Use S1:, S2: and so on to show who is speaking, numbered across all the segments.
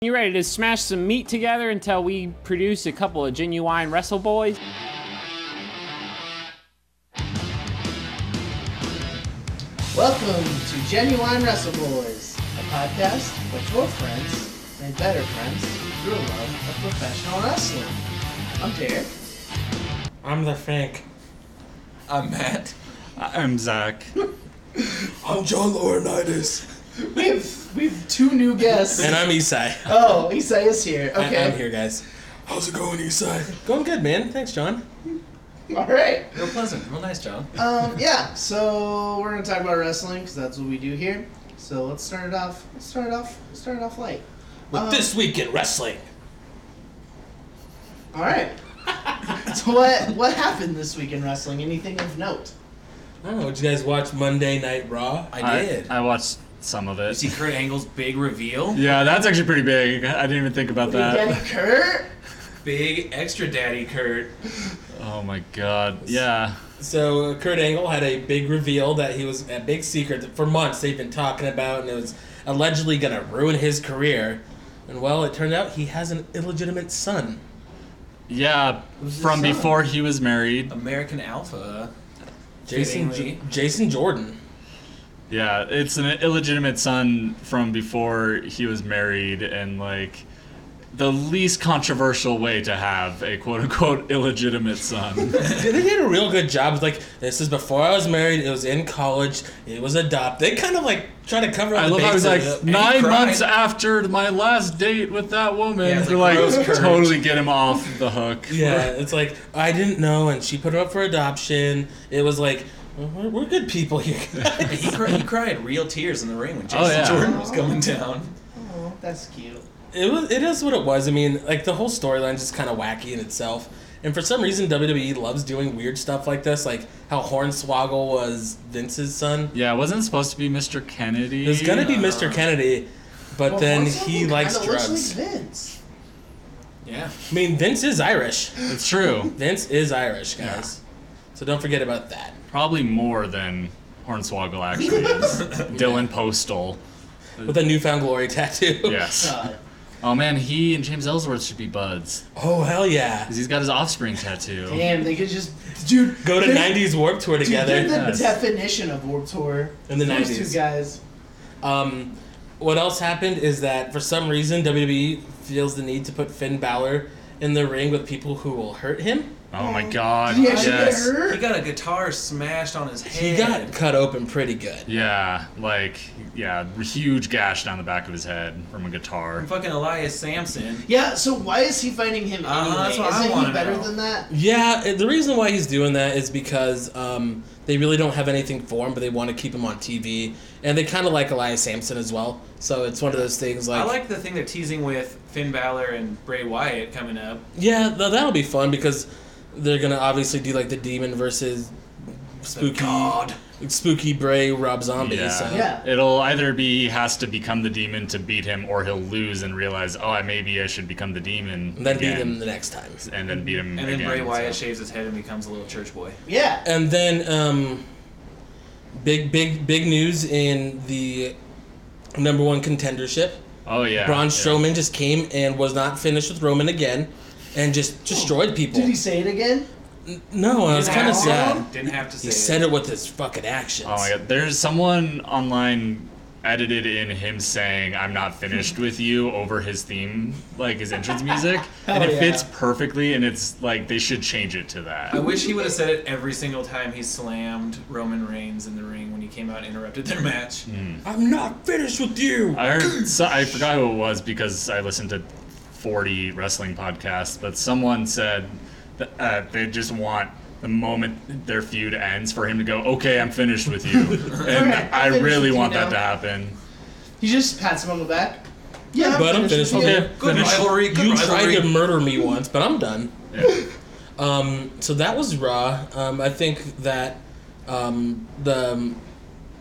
S1: You ready to smash some meat together until we produce a couple of genuine wrestle boys?
S2: Welcome to Genuine Wrestle Boys, a podcast with your friends and better friends through a love of professional wrestling. I'm Derek.
S3: I'm the Frank.
S4: I'm Matt.
S5: I'm Zach.
S4: I'm John Laurinaitis.
S2: We have we have two new guests.
S3: And I'm Isai.
S2: Oh, Isai is here. Okay.
S3: I, am here, guys.
S4: How's it going, Eastside?
S3: Going good, man. Thanks, John.
S2: All right.
S4: Real pleasant, real nice, John.
S2: Um, yeah. So we're gonna talk about wrestling because that's what we do here. So let's start it off. Let's start it off. Let's start it off light.
S3: With this week in wrestling.
S2: All right. so what what happened this week in wrestling? Anything of note?
S3: I don't know. Did you guys watch Monday Night Raw?
S4: I did.
S5: I, watched some of
S4: you
S5: it.
S4: see Kurt Angle's big reveal?
S5: Yeah, that's actually pretty big. I didn't even think about
S3: Uh,
S2: Daddy
S5: that.
S2: Kurt.
S4: Big extra daddy Kurt.
S5: Oh my god. Yeah.
S3: So Kurt Angle had a big reveal that he was a big secret that for months they've been talking about, and it was allegedly gonna ruin his career. And well, it turned out he has an illegitimate son.
S5: Yeah.
S2: Who's his
S5: From
S2: son?
S5: before he was married.
S4: American Alpha.
S3: Jason
S4: Fittingly.
S3: Jason Jordan.
S5: Yeah, it's an illegitimate son from before he was married and like the least controversial way to have a quote unquote illegitimate son.
S3: They did a real good job. It's Like this is before I was married. It was in college. It was adopted. They kind of like try to cover up
S5: I
S3: the
S5: love how he's
S3: bases.
S5: like
S4: he
S5: nine
S4: cried.
S5: months after my last date with that woman.
S4: Yeah, it's
S5: They're
S4: like
S5: like
S4: Rose Courage.
S5: totally get him off the hook.
S3: Yeah, it's like I didn't know, and she put her up for adoption. It was like well, we're, we're good people here. guys.
S4: He, cri- he cried real tears in the ring when Jason
S5: Oh, yeah.
S4: Jordan was coming down.
S2: Oh, that's cute.
S3: it was. It is what it was. I mean, like the whole storyline's just kind of wacky in itself. And for some reason, WWE loves doing weird stuff like this, like how Hornswoggle was Vince's son.
S5: Yeah, it wasn't supposed to be Mr. Kennedy.
S3: It was gonna be Mr. Kennedy, but
S2: Well,
S3: then
S2: Hornswoggle
S3: he likes
S2: kinda looks
S3: drugs.
S2: Like Vince.
S4: Yeah.
S3: I mean, Vince is Irish.
S5: It's true.
S3: Vince is Irish, guys. So don't forget about that.
S5: Probably more than Hornswoggle actually is. Dylan Postal.
S3: With a newfound glory tattoo.
S5: Yes.
S2: God.
S5: Oh man, he and James Ellsworth should be buds.
S3: Oh hell yeah.
S5: 'Cause he's got his offspring tattoo.
S2: Damn, they could just dude
S3: Go to
S2: they-
S3: '90s Warp Tour
S2: Dude, they're
S3: together.
S2: the
S5: Yes.
S2: definition of Warp Tour.
S3: In the
S2: Those
S3: 90s.
S2: two guys.
S3: Um, what else happened is that for some reason WWE feels the need to put Finn Balor in the ring with people who will hurt him.
S5: Oh my god.
S2: Did he actually get
S5: Yes.
S2: hurt?
S4: He got a guitar smashed on his
S3: He
S4: head.
S3: got cut open pretty good.
S5: Yeah, like yeah, huge gash down the back of his head from a guitar.
S4: From fucking Elias Sampson.
S2: Yeah, so why is he fighting him
S4: Uh-huh,
S2: anyway?
S4: that's what I
S2: Isn't he
S4: wanna
S2: better
S4: know.
S2: than that?
S3: Yeah, and the reason why he's doing that is because um, they really don't have anything for him, but they want to keep him on TV, and they kind of like Elias Sampson as well. So it's one of those things
S4: I like the thing they're teasing with Finn Balor and Bray Wyatt coming up.
S3: Yeah, th- that'll be fun because they're gonna obviously do like the demon versus spooky,
S4: God.
S3: spooky Bray Rob Zombie.
S5: Yeah.
S3: So.
S2: Yeah.
S5: It'll either be he has to become the demon to beat him, or he'll lose and realize, oh, I maybe I should become the demon.
S3: And then
S5: again,
S3: beat him the next time.
S5: And then beat him.
S4: And then
S5: again,
S4: Bray Wyatt
S5: so.
S4: shaves his head and becomes a little church boy.
S2: Yeah.
S3: And then um, big, big, big news in the number one contendership.
S5: Oh yeah.
S3: Braun
S5: yeah.
S3: Strowman just came and was not finished with Roman again, and just destroyed people.
S2: Did he say it again?
S3: no, I was
S4: Didn't
S3: kind of
S4: have to.
S3: sad.
S4: Didn't have to say
S3: He
S4: it.
S3: said it with his fucking actions.
S5: Oh my god. There's someone online edited in him saying I'm not finished with you over his theme, like his entrance music.
S2: Hell
S5: and it
S2: yeah.
S5: fits perfectly and it's like they should change it to that.
S4: I wish he would have said it every single time he slammed Roman Reigns in the ring when he came out and interrupted their match.
S3: I'm not finished with you.
S5: I heard. So, I forgot who it was because I listened to 40 wrestling podcasts, but someone said that uh, they just want the moment their feud ends for him to go, "Okay, I'm finished with you," and
S2: Alright, I'm
S5: I
S2: finished
S5: really
S2: with you
S5: want
S2: now.
S5: that to happen.
S2: He just pats him on the back. Yeah,
S3: But I'm finished with
S2: you.
S3: you.
S4: Good
S5: Finish-
S4: rivalry. Good
S3: You
S4: rivalry.
S3: tried to murder me once, but I'm done.
S5: Yeah.
S3: Um, so that was Raw. Um, I think that um, the um,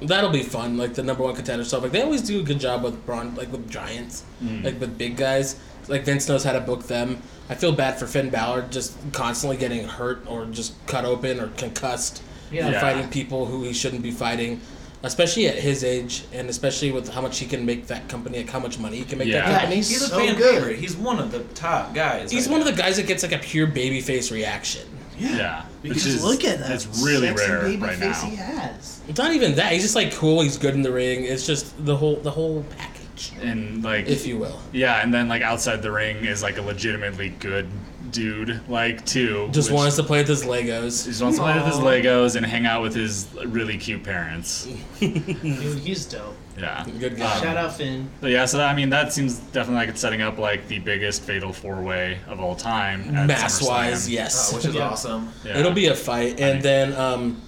S3: that'll be fun. Like the number one contender stuff. Like they always do a good job with Braun, like with giants, like with big guys. Like Vince knows how to book them. I feel bad for Finn Balor just constantly getting hurt or just cut open or concussed
S2: Yeah.
S3: and
S5: Yeah.
S3: fighting people who he shouldn't be fighting. especially at his age, and especially with how much he can make that company, like how much money he can make
S5: Yeah.
S3: that
S5: Yeah,
S3: company.
S2: he's
S4: He's a
S2: so
S4: fan
S2: good.
S4: favorite. He's one of the top guys.
S3: He's
S4: right
S3: one of
S4: now.
S3: the guys that gets like a pure babyface reaction.
S5: Yeah.
S2: Because
S5: Which is,
S2: look at that.
S5: It's really
S2: sexy
S5: rare
S2: baby
S5: right
S2: face He
S5: now.
S2: has.
S3: It's not even that. He's just like cool. He's good in the ring. It's just the whole the whole package,
S5: And like,
S3: if you will.
S5: yeah, and then like outside the ring is like a legitimately good dude, like too.
S3: Just
S5: which-
S3: wants to play with his Legos.
S5: Just wants to play with his
S4: Aw.
S5: Legos and hang out with his really cute parents. Mm.
S2: Dude, he's dope.
S5: Yeah.
S3: Good guy.
S2: Shout out Finn.
S5: So yeah, so that, I mean that seems definitely like it's setting up like the biggest fatal four way of all time. at
S3: Mass wise,
S5: SummerSlam.
S3: yes.
S4: Uh, which is
S2: Yeah.
S4: awesome.
S5: Yeah.
S3: It'll be a fight, and then um,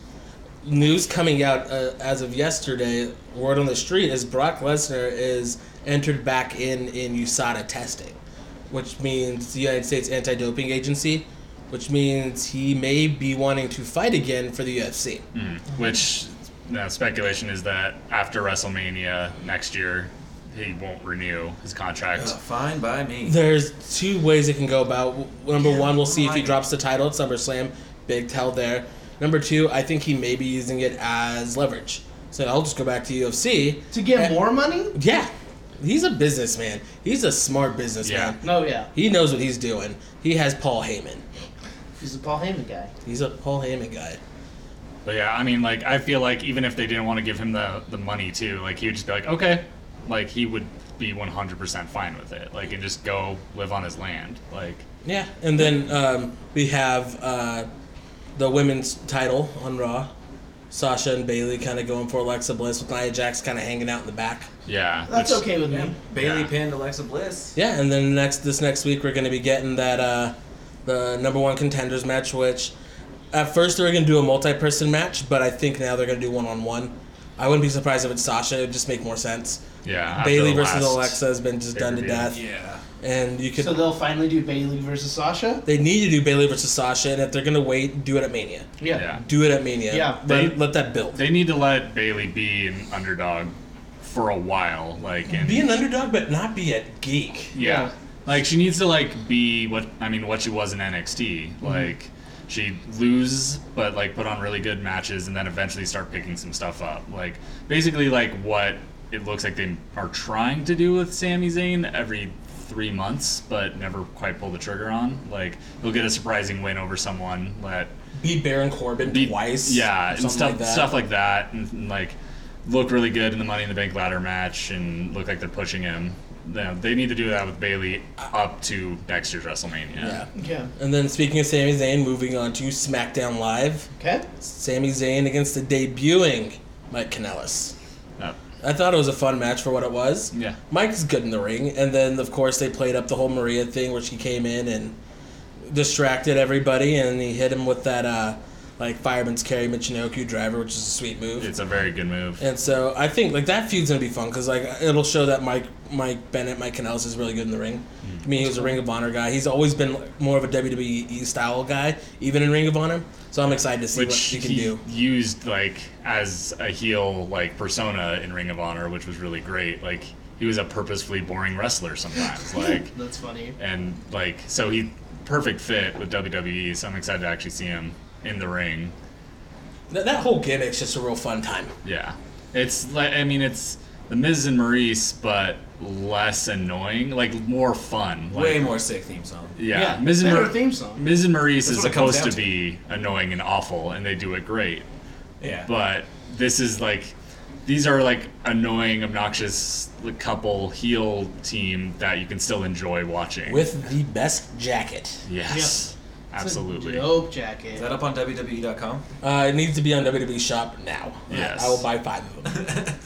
S3: news coming out uh, as of yesterday. Word on the street is Brock Lesnar is entered back in in USADA testing, which means the United States Anti-Doping Agency, which means he may be wanting to fight again for the UFC.
S4: Hmm.
S5: which now speculation is that after WrestleMania next year, he won't renew his contract.
S4: Uh, fine by me.
S3: There's two ways it can go about. W- Number
S4: Yeah,
S3: one, we'll see if he
S4: right.
S3: drops the title at SummerSlam. Big tell there. Number two, I think he may be using it as leverage. So I'll just go back to UFC
S2: To get
S3: And-
S2: more money?
S3: Yeah, he's a businessman. He's a smart businessman.
S5: Oh,
S2: No, yeah.
S3: He knows what he's doing. He has Paul Heyman.
S2: He's a Paul Heyman guy.
S3: He's a Paul Heyman guy.
S5: But yeah, I mean, like I feel like even if they didn't want to give him the the money too, like he would just be like, okay, like he would be 100% fine with it, like and just go live on his land, like.
S3: Yeah, and then um, we have uh, the women's title on Raw. Sasha and Bailey kind of going for Alexa Bliss with Nia Jax kind of hanging out in the back.
S5: Yeah,
S2: That's
S5: which-
S2: okay with me.
S4: Bailey
S5: Yeah.
S4: pinned Alexa Bliss.
S3: Yeah, and then next this next week we're gonna be getting that uh, the number one contenders match, which at first they were gonna do a multi-person match, but I think now they're gonna do one-on-one. I wouldn't be surprised if it's Sasha. It would just make more sense.
S5: Yeah, after
S3: Bailey
S5: the
S3: versus
S5: last-
S3: Alexa has been just done to
S5: pay-per-view.
S3: death,
S4: Yeah.
S3: and you could
S2: So they'll finally do Bailey versus Sasha?
S3: they need to do Bailey versus Sasha, and if they're gonna wait, do it at Mania.
S2: Yeah.
S5: Yeah.
S3: Do it at Mania.
S2: Yeah.
S3: let,
S5: They-
S3: let that build.
S5: They need to let Bailey be an underdog for a while, like and
S3: be an underdog, but not be a geek.
S5: yeah.
S2: Yeah.
S5: Like she needs to like be what I mean what she was in NXT. Like she lose but like put on really good matches and then eventually start picking some stuff up. Like basically like what it looks like they are trying to do with Sami Zayn every three months, but never quite pull the trigger on. Like he'll get a surprising win over someone that
S3: Be Baron Corbin
S5: be-
S3: twice.
S5: Yeah, and
S3: something
S5: stuff
S3: like that.
S5: stuff like that, and, and, like look really good in the Money in the Bank ladder match, and look like they're pushing him. Yeah, they need to do that with Bailey up to next year's WrestleMania.
S3: yeah.
S2: Yeah.
S3: And then speaking of Sami Zayn, moving on to SmackDown Live,
S2: Okay.
S3: Sami Zayn against the debuting Mike Kanellis.
S5: Uh,
S3: I thought it was a fun match for what it was.
S5: Yeah.
S3: Mike's good in the ring, and then of course they played up the whole Maria thing, where she came in and distracted everybody, and he hit him with that uh, like fireman's carry Michinoku driver, which is a sweet move.
S5: it's a very good move.
S3: and so I think like that feud's gonna be fun because like it'll show that Mike Mike Bennett Mike Canales is really good in the ring.
S5: Mm-hmm.
S3: I mean he was a Ring of Honor guy. He's always been more of a WWE style guy, even in Ring of Honor. So I'm excited to see
S5: which
S3: what he can
S5: he
S3: do.
S5: used like as a heel like persona in Ring of Honor, which was really great. Like he was a purposefully boring wrestler sometimes. like
S2: That's funny.
S5: and like so he perfect fit with WWE. So I'm excited to actually see him in the ring.
S3: That, that whole gimmick's just a real fun time.
S5: Yeah, it's like I mean, it's the Miz and Maurice, but less annoying, like more fun. Like,
S4: Way more sick theme song.
S5: Yeah,
S2: Yeah,
S5: Miz and
S2: better
S5: Mar-
S2: theme song.
S5: Miz and Maurice
S4: That's
S5: is
S4: what it comes
S5: supposed to,
S4: down
S5: be annoying and awful, and they do it great.
S4: Yeah.
S5: But this is like, these are like annoying, obnoxious like, couple heel team that you can still enjoy watching.
S3: With the best jacket.
S5: yes, absolutely.
S2: It's a dope
S4: is
S2: jacket.
S4: that up on E WWE.com?
S3: Uh, it needs to be on WWE Shop now.
S5: Yes.
S3: I, I will buy five of them.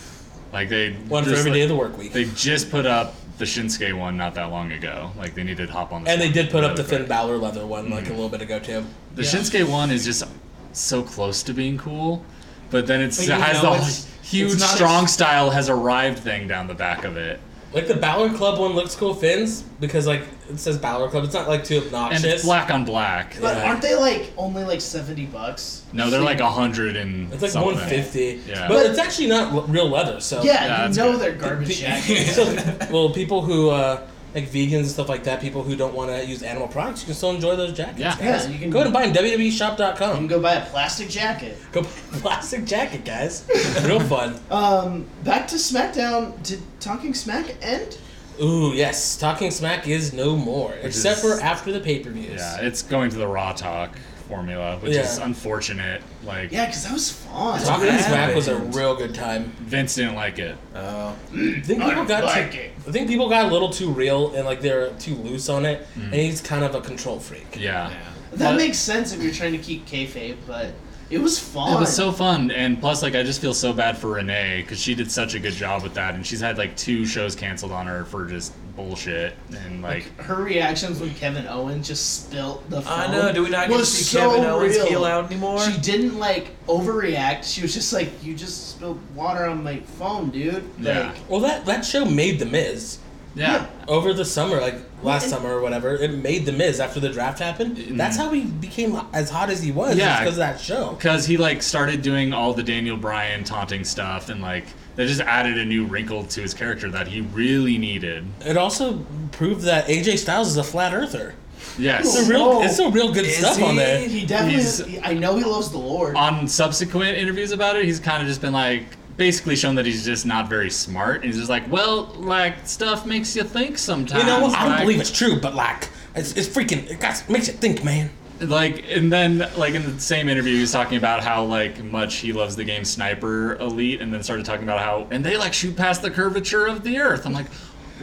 S5: Like they
S3: One for
S5: just,
S3: every day of
S5: like-
S3: the work week.
S5: They just put up the Shinsuke one not that long ago. Like they needed to hop on. This
S3: and they
S5: one
S3: did put up
S5: really
S3: the Finn
S5: quick.
S3: Balor leather one
S5: Mm-hmm.
S3: like a little bit ago too.
S5: The
S2: Yeah.
S5: Shinsuke one is just so close to being cool, but then it's
S4: But
S5: it
S4: you
S5: has
S4: know
S5: the
S4: it's-
S5: huge
S4: it's not
S5: strong
S4: as-
S5: style has arrived thing down the back of it,
S3: Like the Balor Club one looks cool, Finn's because like it says Balor Club. It's not like too obnoxious.
S5: and it's black on black.
S2: But
S3: Yeah.
S2: aren't they like only like 70 bucks?
S5: No, they're like a hundred and
S3: It's like
S5: something.
S3: 150.
S5: Yeah.
S3: But it's actually not l- real leather, so.
S2: Yeah,
S5: Yeah,
S2: you
S5: that's
S2: know
S5: good.
S2: they're garbage jackets.
S3: so, well, people who uh, like vegans and stuff like that, people who don't want to use animal products, you can still enjoy those jackets.
S1: Yeah.
S3: guys.
S2: Yeah, you can-
S3: go ahead and buy them.
S2: You can
S3: WWEshop.com.
S2: go buy a plastic jacket.
S3: Go buy a plastic jacket, guys. Real fun.
S2: Um, back to SmackDown. Did Talking Smack end?
S3: Ooh, yes. Talking smack is no more, except
S5: is-
S3: for after the pay per views.
S5: Yeah, it's going to the raw talk formula, which
S3: Yeah.
S5: is unfortunate. Like
S2: Yeah, because that was fun.
S3: Talking
S4: Yeah.
S3: smack was a real good time.
S5: Vince didn't like it.
S4: Oh.
S3: I think people got
S2: like
S3: too,
S2: it.
S3: I think people got a little too real and like they're too loose on it, and he's kind of a control freak.
S5: Mm-hmm. Yeah.
S4: Yeah.
S2: That
S5: But-
S2: makes sense if you're trying to keep kayfabe, but it was fun.
S5: It was so fun, and plus, like, I just feel so bad for Renee because she did such a good job with that, and she's had like two shows canceled on her for just bullshit, and like,
S2: Her reactions when Kevin Owens just spilt the phone.
S4: I know. Do we not get to
S2: was
S4: see
S2: so
S4: Kevin Owens
S2: real.
S4: heel out anymore?
S2: She didn't like overreact. She was just like, "You just spilled water on my phone, dude."
S5: Yeah.
S2: Like,
S3: Well, that that show made the Miz
S5: yeah,
S3: over the summer, like last summer or whatever. It made the Miz after the draft happened. That's how he became as hot as he was,
S5: Mm-hmm. Yeah.
S3: because of that show.
S5: because he like started doing all the Daniel Bryan taunting stuff, and like that just added a new wrinkle to his character that he really needed.
S3: It also proved that AJ Styles is a flat earther. It's
S5: Yes.
S3: a real,
S2: No.
S3: it's a real good
S4: Is
S3: stuff on
S4: he?
S3: there.
S2: he definitely.
S5: He's-
S2: he- I know he loves the Lord.
S5: on subsequent interviews about it, he's kind of just been like basically shown that he's just not very smart, and he's just like, well, like stuff makes you think sometimes.
S3: You know what? I don't
S5: like-
S3: believe it's true, but like, it's, it's freaking. It got, makes you think, man.
S5: like and then like in the same interview he was talking about how like much he loves the game sniper elite and then started talking about how and they like shoot past the curvature of the earth i'm like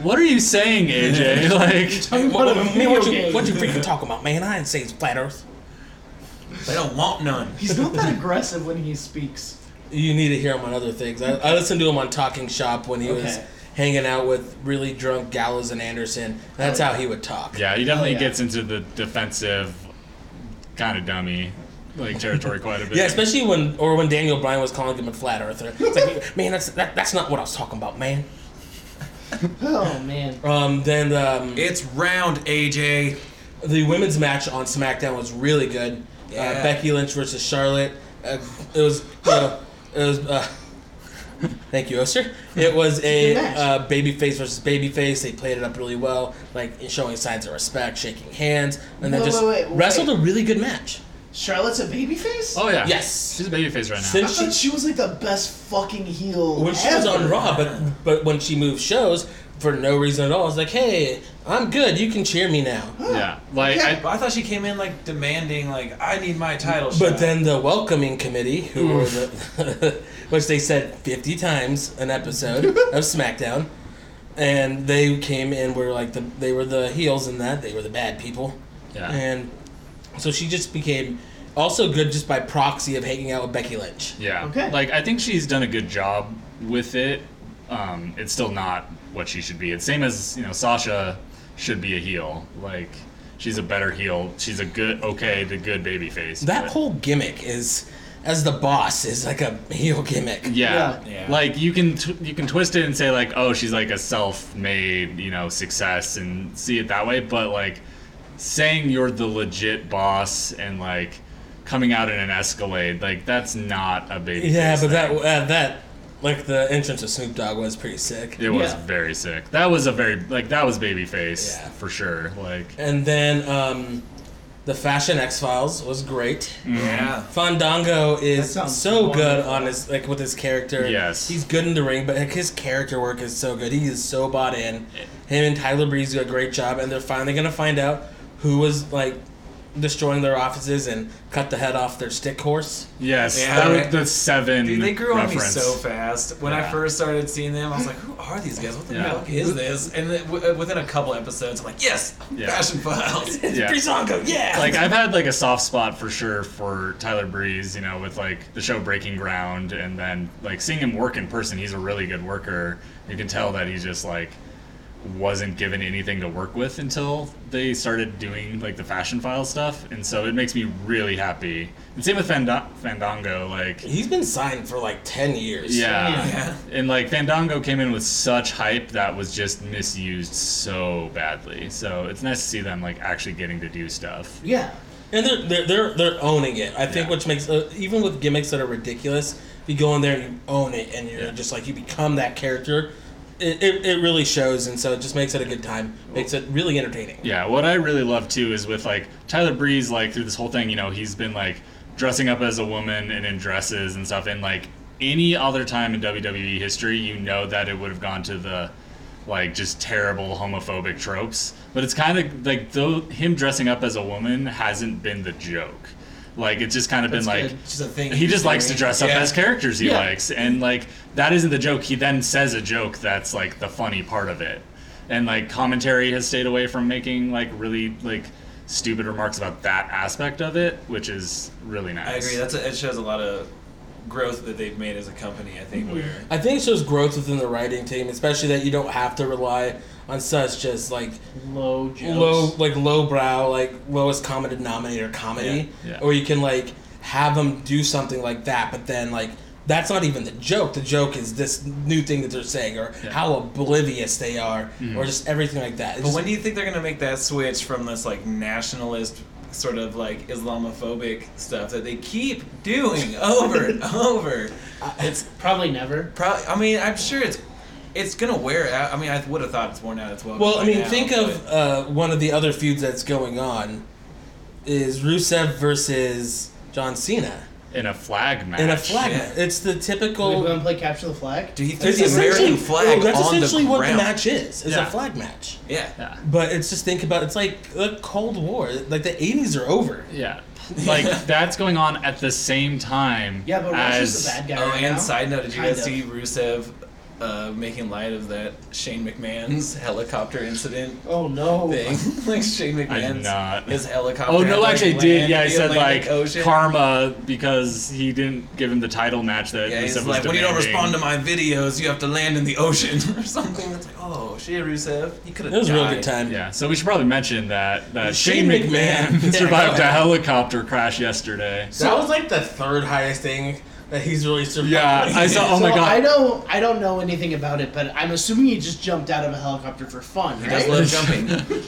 S5: what are you saying aj like
S3: Hey, what,
S2: about a
S3: what-
S2: video
S3: what you,
S2: game.
S3: what you freaking talking about, man? I didn't say it's flat Earth.
S4: They don't want none.
S2: He's not that aggressive when he speaks.
S3: You need to hear him on other things. I, I listened to him on Talking Shop when he was
S2: Okay.
S3: hanging out with really drunk Gallows and Anderson. That's how he would talk.
S5: yeah he definitely
S2: Oh, yeah.
S5: gets into the defensive kind of dummy like territory quite a bit
S3: Yeah, especially when or when Daniel Bryan was calling him a flat earther. It's like, man, that's that, that's not what I was talking about, man.
S2: Oh man.
S3: Um, then um,
S4: It's round, AJ.
S3: the women's match on SmackDown was really good. Uh,
S4: Yeah.
S3: Becky Lynch versus Charlotte. Uh, it was, you know, it was. Uh, thank you, Oster. It was a
S2: Good match.
S3: uh, babyface versus babyface. They played it up really well, like showing signs of respect, shaking hands, and then
S2: Wait,
S3: just
S2: wait, wait,
S3: wrestled
S2: wait.
S3: a really good match.
S2: Charlotte's a babyface.
S5: oh yeah
S3: Yes.
S5: she's a babyface right now
S2: I
S3: Since
S2: thought she was like the best fucking heel.
S3: when she
S2: ever.
S3: was on Raw, but but when she moved shows for no reason at all, it's like, hey, I'm good. You can cheer me now.
S5: yeah like
S2: Yeah.
S5: I,
S4: But I thought she came in like demanding, like I need my title shot.
S3: But then the welcoming committee, who were the, which they said 50 times an episode of SmackDown, and they came and were like the they were the heels in that they were the bad people,
S5: Yeah.
S3: and so she just became also good just by proxy of hanging out with Becky Lynch.
S5: Yeah.
S2: Okay.
S5: Like I think she's done a good job with it. Um, it's still not what she should be. It's same as you know Sasha should be a heel. Like she's a better heel. She's a good okay the good baby face.
S3: That
S5: but-
S3: whole gimmick is as the boss is like a heel gimmick.
S5: yeah.
S4: Yeah. Yeah.
S5: Like you can tw- you can twist it and say like oh she's like a self-made you know success and see it that way, but like saying you're the legit boss and like coming out in an Escalade like that's not a baby.
S3: Yeah,
S5: face
S3: but that
S5: thing.
S3: uh, that like the entrance of Snoop Dogg was pretty sick.
S5: It was
S2: Yeah.
S5: very sick. That was a very like that was babyface
S3: Yeah.
S5: for sure. Like
S3: And then um, the Fashion X Files was great.
S4: yeah,
S3: Fandango is
S2: That sounds
S3: so good
S2: wonderful.
S3: on his like with his character.
S5: Yes.
S3: he's good in the ring, but like, his character work is so good. He is so bought in. Him and Tyler Breeze do a great job, and they're finally gonna find out who was like destroying their offices and cut the head off their stick horse.
S5: yes,
S4: Yeah.
S5: that was the seven
S4: dude, they grew on me
S5: reference.
S4: so fast. When I
S5: Yeah.
S4: first started seeing them, I was like, "Who are these guys? What the
S5: Yeah.
S4: fuck is this?" And then, w- uh, within a couple episodes, I'm like, "Yes,
S5: Yeah.
S4: Fashion Files."
S5: Yeah.
S3: Breezango, yeah.
S5: Like I've had like a soft spot for sure for Tyler Breeze, you know, with like the show Breaking Ground, and then like seeing him work in person, he's a really good worker. You can tell that he just like wasn't given anything to work with until they started doing like the fashion file stuff, and so it makes me really happy. And same with Fanda- Fandango, like
S3: he's been signed for like ten years.
S5: Yeah.
S4: Yeah.
S5: And like Fandango came in with such hype that was just misused so badly. So it's nice to see them like actually getting to do stuff.
S2: Yeah.
S3: and they're they're they're, they're owning it. I think
S5: Yeah.
S3: which makes uh, even with gimmicks that are ridiculous, if you go in there and you own it, and you're
S5: Yeah.
S3: just like you become that character. it, it, it really shows, and so it just makes it a good time. Makes it really entertaining.
S5: Yeah, what I really love too is with like Tyler Breeze, like through this whole thing, you know, he's been like dressing up as a woman and in dresses and stuff. And like any other time in WWE history, you know that it would have gone to the like just terrible homophobic tropes. But it's kind of like though him dressing up as a woman hasn't been the joke. Like it's just kind of been
S4: That's
S5: like
S4: good. It's just a thing
S5: he
S4: he's
S5: just likes to
S4: doing.
S5: dress up
S3: Yeah.
S5: as characters he
S3: Yeah.
S5: likes and like that isn't the joke he then says a joke that's like the funny part of it and like commentary has stayed away from making like really like stupid remarks about that aspect of it which is really nice
S4: I agree. That's a, it shows a lot of growth that they've made as a company. I think
S5: Mm-hmm.
S4: where
S3: I think it shows growth within the writing team, especially that you don't have to rely on such just like
S2: Low jokes.
S3: low, like lowbrow, like lowest common denominator comedy,
S5: Yeah. Yeah.
S3: or you can like have them do something like that, but then like that's not even the joke. The joke is this new thing that they're saying, or
S5: Yeah.
S3: how oblivious they are, or just everything like that. It's
S4: Mm-hmm. But
S3: just-
S4: when do you think they're gonna make that switch from this like nationalist sort of like Islamophobic stuff that they keep doing over and over?
S2: It's probably never.
S4: Probably. I mean, I'm sure it's it's gonna wear out. I mean, I would have thought it's worn out its welcome.
S3: Well, I
S4: by
S3: mean,
S4: now,
S3: think of uh, one of the other feuds that's going on is Rusev versus John Cena
S5: in a flag match
S3: in a flag.
S4: Yeah.
S3: match. It's the
S2: We're
S3: typical.
S2: gonna play capture the flag.
S4: Dude, he threw
S3: It's
S4: the
S3: essentially
S4: American
S3: Oh,
S4: flag
S3: that's
S4: on
S3: essentially
S4: the
S3: what
S4: ground.
S3: the match is. It's
S5: Yeah.
S3: a flag match.
S4: Yeah.
S5: yeah
S3: But it's just think about it's like the Cold War. Like the eighties are over.
S5: yeah like that's going on at the same time
S2: Yeah, but Russia's
S5: as
S2: the bad guy
S4: Oh,
S2: right
S4: and
S2: now.
S4: side note, did you
S2: Kind
S4: guys
S2: of.
S4: see Rusev uh, making light of that Shane McMahon's helicopter incident?
S2: Oh no.
S4: Thing like Shane
S5: did
S4: McMahon's
S5: not.
S4: his helicopter.
S5: Oh no!
S4: had, like,
S5: Actually, I did
S4: land
S5: yeah. I
S4: in the
S5: said
S4: Atlantic
S5: like
S4: Ocean.
S5: karma because he didn't give him the title match that
S4: Yeah,
S5: Rusev
S4: he's
S5: was
S4: like, when you don't
S5: demanding.
S4: respond to my videos, you have to land in the ocean or something. It's like, oh shit, Rusev, you could have.
S3: It was a real good time.
S5: Yeah, so we should probably mention that that Shane,
S3: Shane
S5: McMahon,
S3: McMahon.
S5: survived a
S3: Yeah.
S5: helicopter crash yesterday.
S3: That was like the third highest thing that he's really survived.
S5: Yeah, I saw. Oh
S2: so
S5: my
S2: I
S5: god.
S2: don't I don't know anything about it, but I'm assuming he just jumped out of a helicopter for fun,
S4: He
S2: right?
S4: does love jumping.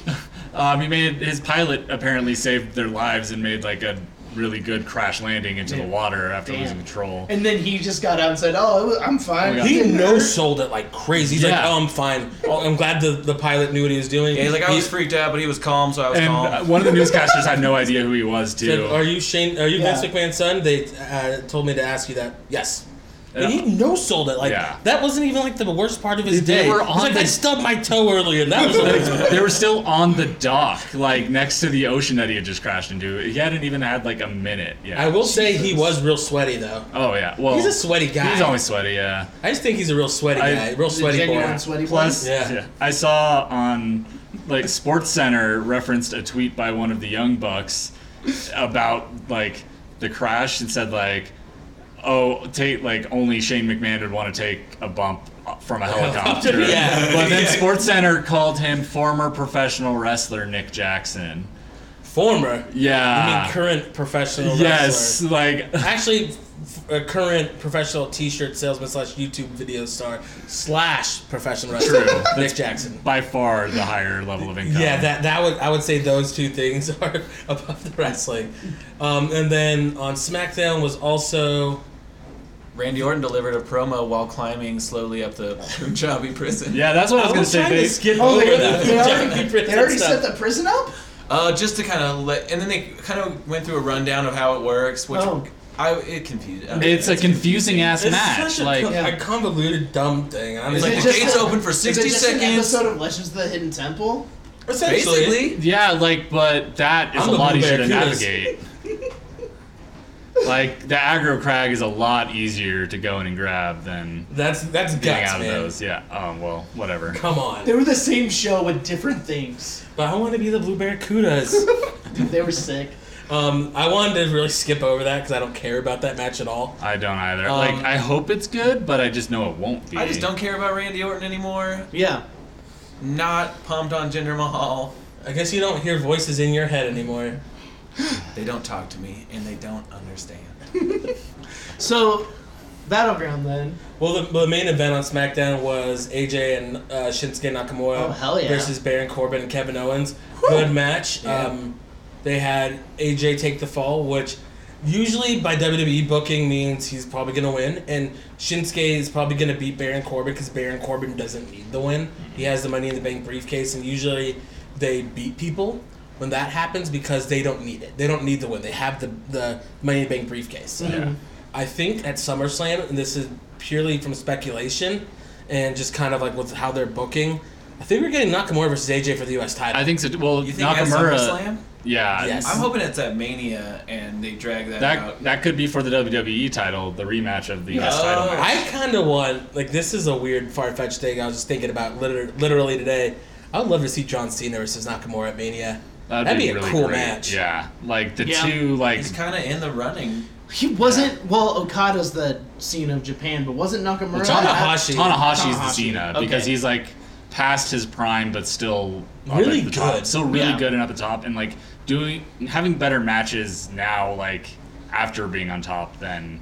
S5: Um, he made his pilot apparently saved their lives and made like a really good crash landing into the water after
S2: Damn.
S5: losing control.
S2: and then he just got out and said, "Oh, it was- I'm fine."
S5: Oh my
S3: He
S2: Didn't
S3: no
S2: hurt.
S3: sold it like crazy. He's like,
S5: Yeah.
S3: oh, I'm fine. Oh, I'm glad the, the pilot knew what he was doing.
S4: yeah, he's like, I was
S3: He
S4: freaked out, but he was calm, so I was
S5: And
S4: calm.
S5: uh, one of the newscasters had no idea who he was
S3: said,
S5: too.
S3: are you Shane? Are you
S2: Yeah.
S3: Vince McMahon's son? They uh, told me to ask you that. Yes. And
S5: Yeah.
S3: he no sold it. Like
S5: Yeah.
S3: that wasn't even like the worst part of his
S5: They
S3: day.
S5: were
S3: He's
S5: on
S3: like,
S5: the-
S3: I stubbed my toe earlier. and That was like,
S5: they were still on the dock, like next to the ocean that he had just crashed into. He hadn't even had like a minute yet.
S3: I will say he was real sweaty though.
S5: Oh yeah. Well,
S3: He's a sweaty guy.
S5: He's always sweaty. Yeah.
S3: I just think he's a real sweaty
S5: I-
S3: guy, real
S2: The
S3: sweaty boy.
S2: genuine sweaty boy.
S5: Plus,
S3: Yeah.
S5: yeah, I saw on like Sports Center referenced a tweet by one of the young bucks about like the crash and said like, "Oh, take like only Shane McMahon would want to take a bump from a helicopter."
S3: Yeah.
S5: But then
S4: Yeah.
S5: Sports Center called him former professional wrestler Nick Jackson.
S3: Former. I
S5: Yeah.
S3: mean, current professional
S5: yes,
S3: wrestler.
S5: like
S3: Actually, f- a current professional T-shirt salesman slash YouTube video star slash professional wrestler.
S5: True.
S3: Nick Jackson.
S5: by far the higher level of income.
S3: Yeah, that that would I would say those two things are above the wrestling. Um, and then on SmackDown was also
S4: Randy Orton delivered a promo while climbing slowly up the Punjabi prison.
S5: Yeah, that's what I was,
S3: I was
S5: gonna
S3: trying
S5: say.
S3: to
S5: They,
S3: skip
S2: Oh,
S3: over
S2: they,
S3: that.
S2: they already,
S3: Jack
S2: they already
S3: Gibson
S2: set
S3: stuff.
S2: the prison up.
S4: Uh, just to kind of let, and then they kind of went through a rundown of how it works, which
S2: Oh.
S4: I it confused. I mean,
S5: it's a confusing ass
S3: It's
S5: match.
S3: such a,
S5: like
S3: co- a convoluted dumb thing. I'm
S4: It's
S3: like,
S4: like
S2: it
S4: the
S2: just
S4: gates
S2: a-
S4: open for
S2: Is it
S4: 60
S2: just an
S4: seconds.
S2: episode of Legends of the Hidden Temple?
S3: essentially,
S4: Basically,
S5: Yeah, like, but that is
S3: I'm
S5: a
S3: the
S5: lot
S3: Blue
S5: easier to
S3: Barracudas.
S5: navigate. like the aggro crag is a lot easier to go in and grab than
S3: that's that's
S5: getting
S3: guts,
S5: out of
S3: man.
S5: those. Yeah. Um. Well, whatever.
S3: Come on.
S2: They were the same show with different things.
S3: But I want to be the Blue Barracudas.
S2: They were sick.
S3: um, I wanted to really skip over that because I don't care about that match at all.
S5: I don't either.
S3: Um,
S5: like, I hope it's good, but I just know it won't be.
S4: I just don't care about Randy Orton anymore.
S2: Yeah.
S4: Not pumped on Jinder Mahal.
S3: I guess you don't hear voices in your head anymore.
S4: They don't talk to me, and they don't understand.
S2: So, Battleground then.
S3: Well, the, the main event on SmackDown was AJ and uh, Shinsuke Nakamura
S2: Oh, hell yeah.
S3: versus Baron Corbin and Kevin Owens. Good match.
S4: Yeah.
S3: Um, they had AJ take the fall, which usually by WWE booking means he's probably gonna win, and Shinsuke is probably gonna beat Baron Corbin because Baron Corbin doesn't need the win. He has the Money in the Bank briefcase, and usually they beat people when that happens because they don't need it. They don't need the win. They have the the Money in the Bank briefcase. So
S2: Mm-hmm.
S3: I think at SummerSlam, and this is purely from speculation, and just kind of like with how they're booking. I think we're getting Nakamura versus AJ for the U.S. title.
S5: I think so. Well,
S4: You think at
S5: Nakamura.
S4: SummerSlam?
S5: Yeah.
S3: Yes.
S4: I'm hoping it's at Mania and they drag that, out.
S5: That that could be for the WWE title, the rematch of the US
S4: Oh.
S5: title. match.
S3: I kind of want like this is a weird far fetched thing. I was just thinking about liter- literally today. I would love to see John Cena versus Nakamura at Mania. That'd, be, a
S5: really
S3: cool
S5: great.
S3: match.
S5: Yeah, like the
S1: Yeah.
S5: two like
S4: He's kind of in the running.
S2: He wasn't well. Okada's the scene of Japan, but wasn't Nakamura?
S3: Tanahashi.
S5: Tanahashi's the
S2: Tanahashi.
S5: Cena
S2: Okay.
S5: because he's like past his prime but still up
S3: Really
S5: at the top.
S3: good.
S5: Still really
S1: Yeah.
S5: good and up at the top and like doing having better matches now like after being on top than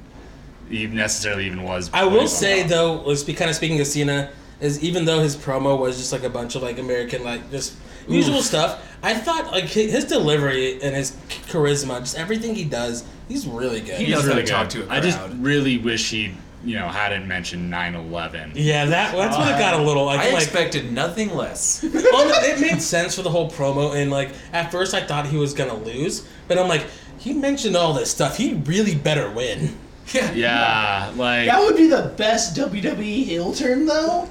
S5: he necessarily even was.
S3: I
S5: when he
S3: will
S5: was on
S3: say
S5: top.
S3: though, let's be kind of speaking of Cena, is even though his promo was just like a bunch of like American like just usual stuff, I thought like hi- his delivery and his charisma, just everything he does, he's really good.
S4: He
S5: He's
S4: knows how
S5: really
S4: to talk
S5: good.
S4: to a
S5: I just
S4: crowd.
S5: really wish he you know hadn't mentioned 9-11.
S3: yeah, that that's when it got a little like
S4: I
S3: like
S4: expected nothing less.
S3: well, no, it made sense for the whole promo, and like at first I thought he was gonna lose, but I'm like, he mentioned all this stuff. He really better win.
S4: yeah.
S5: Yeah, like
S2: That would be the best WWE heel turn though.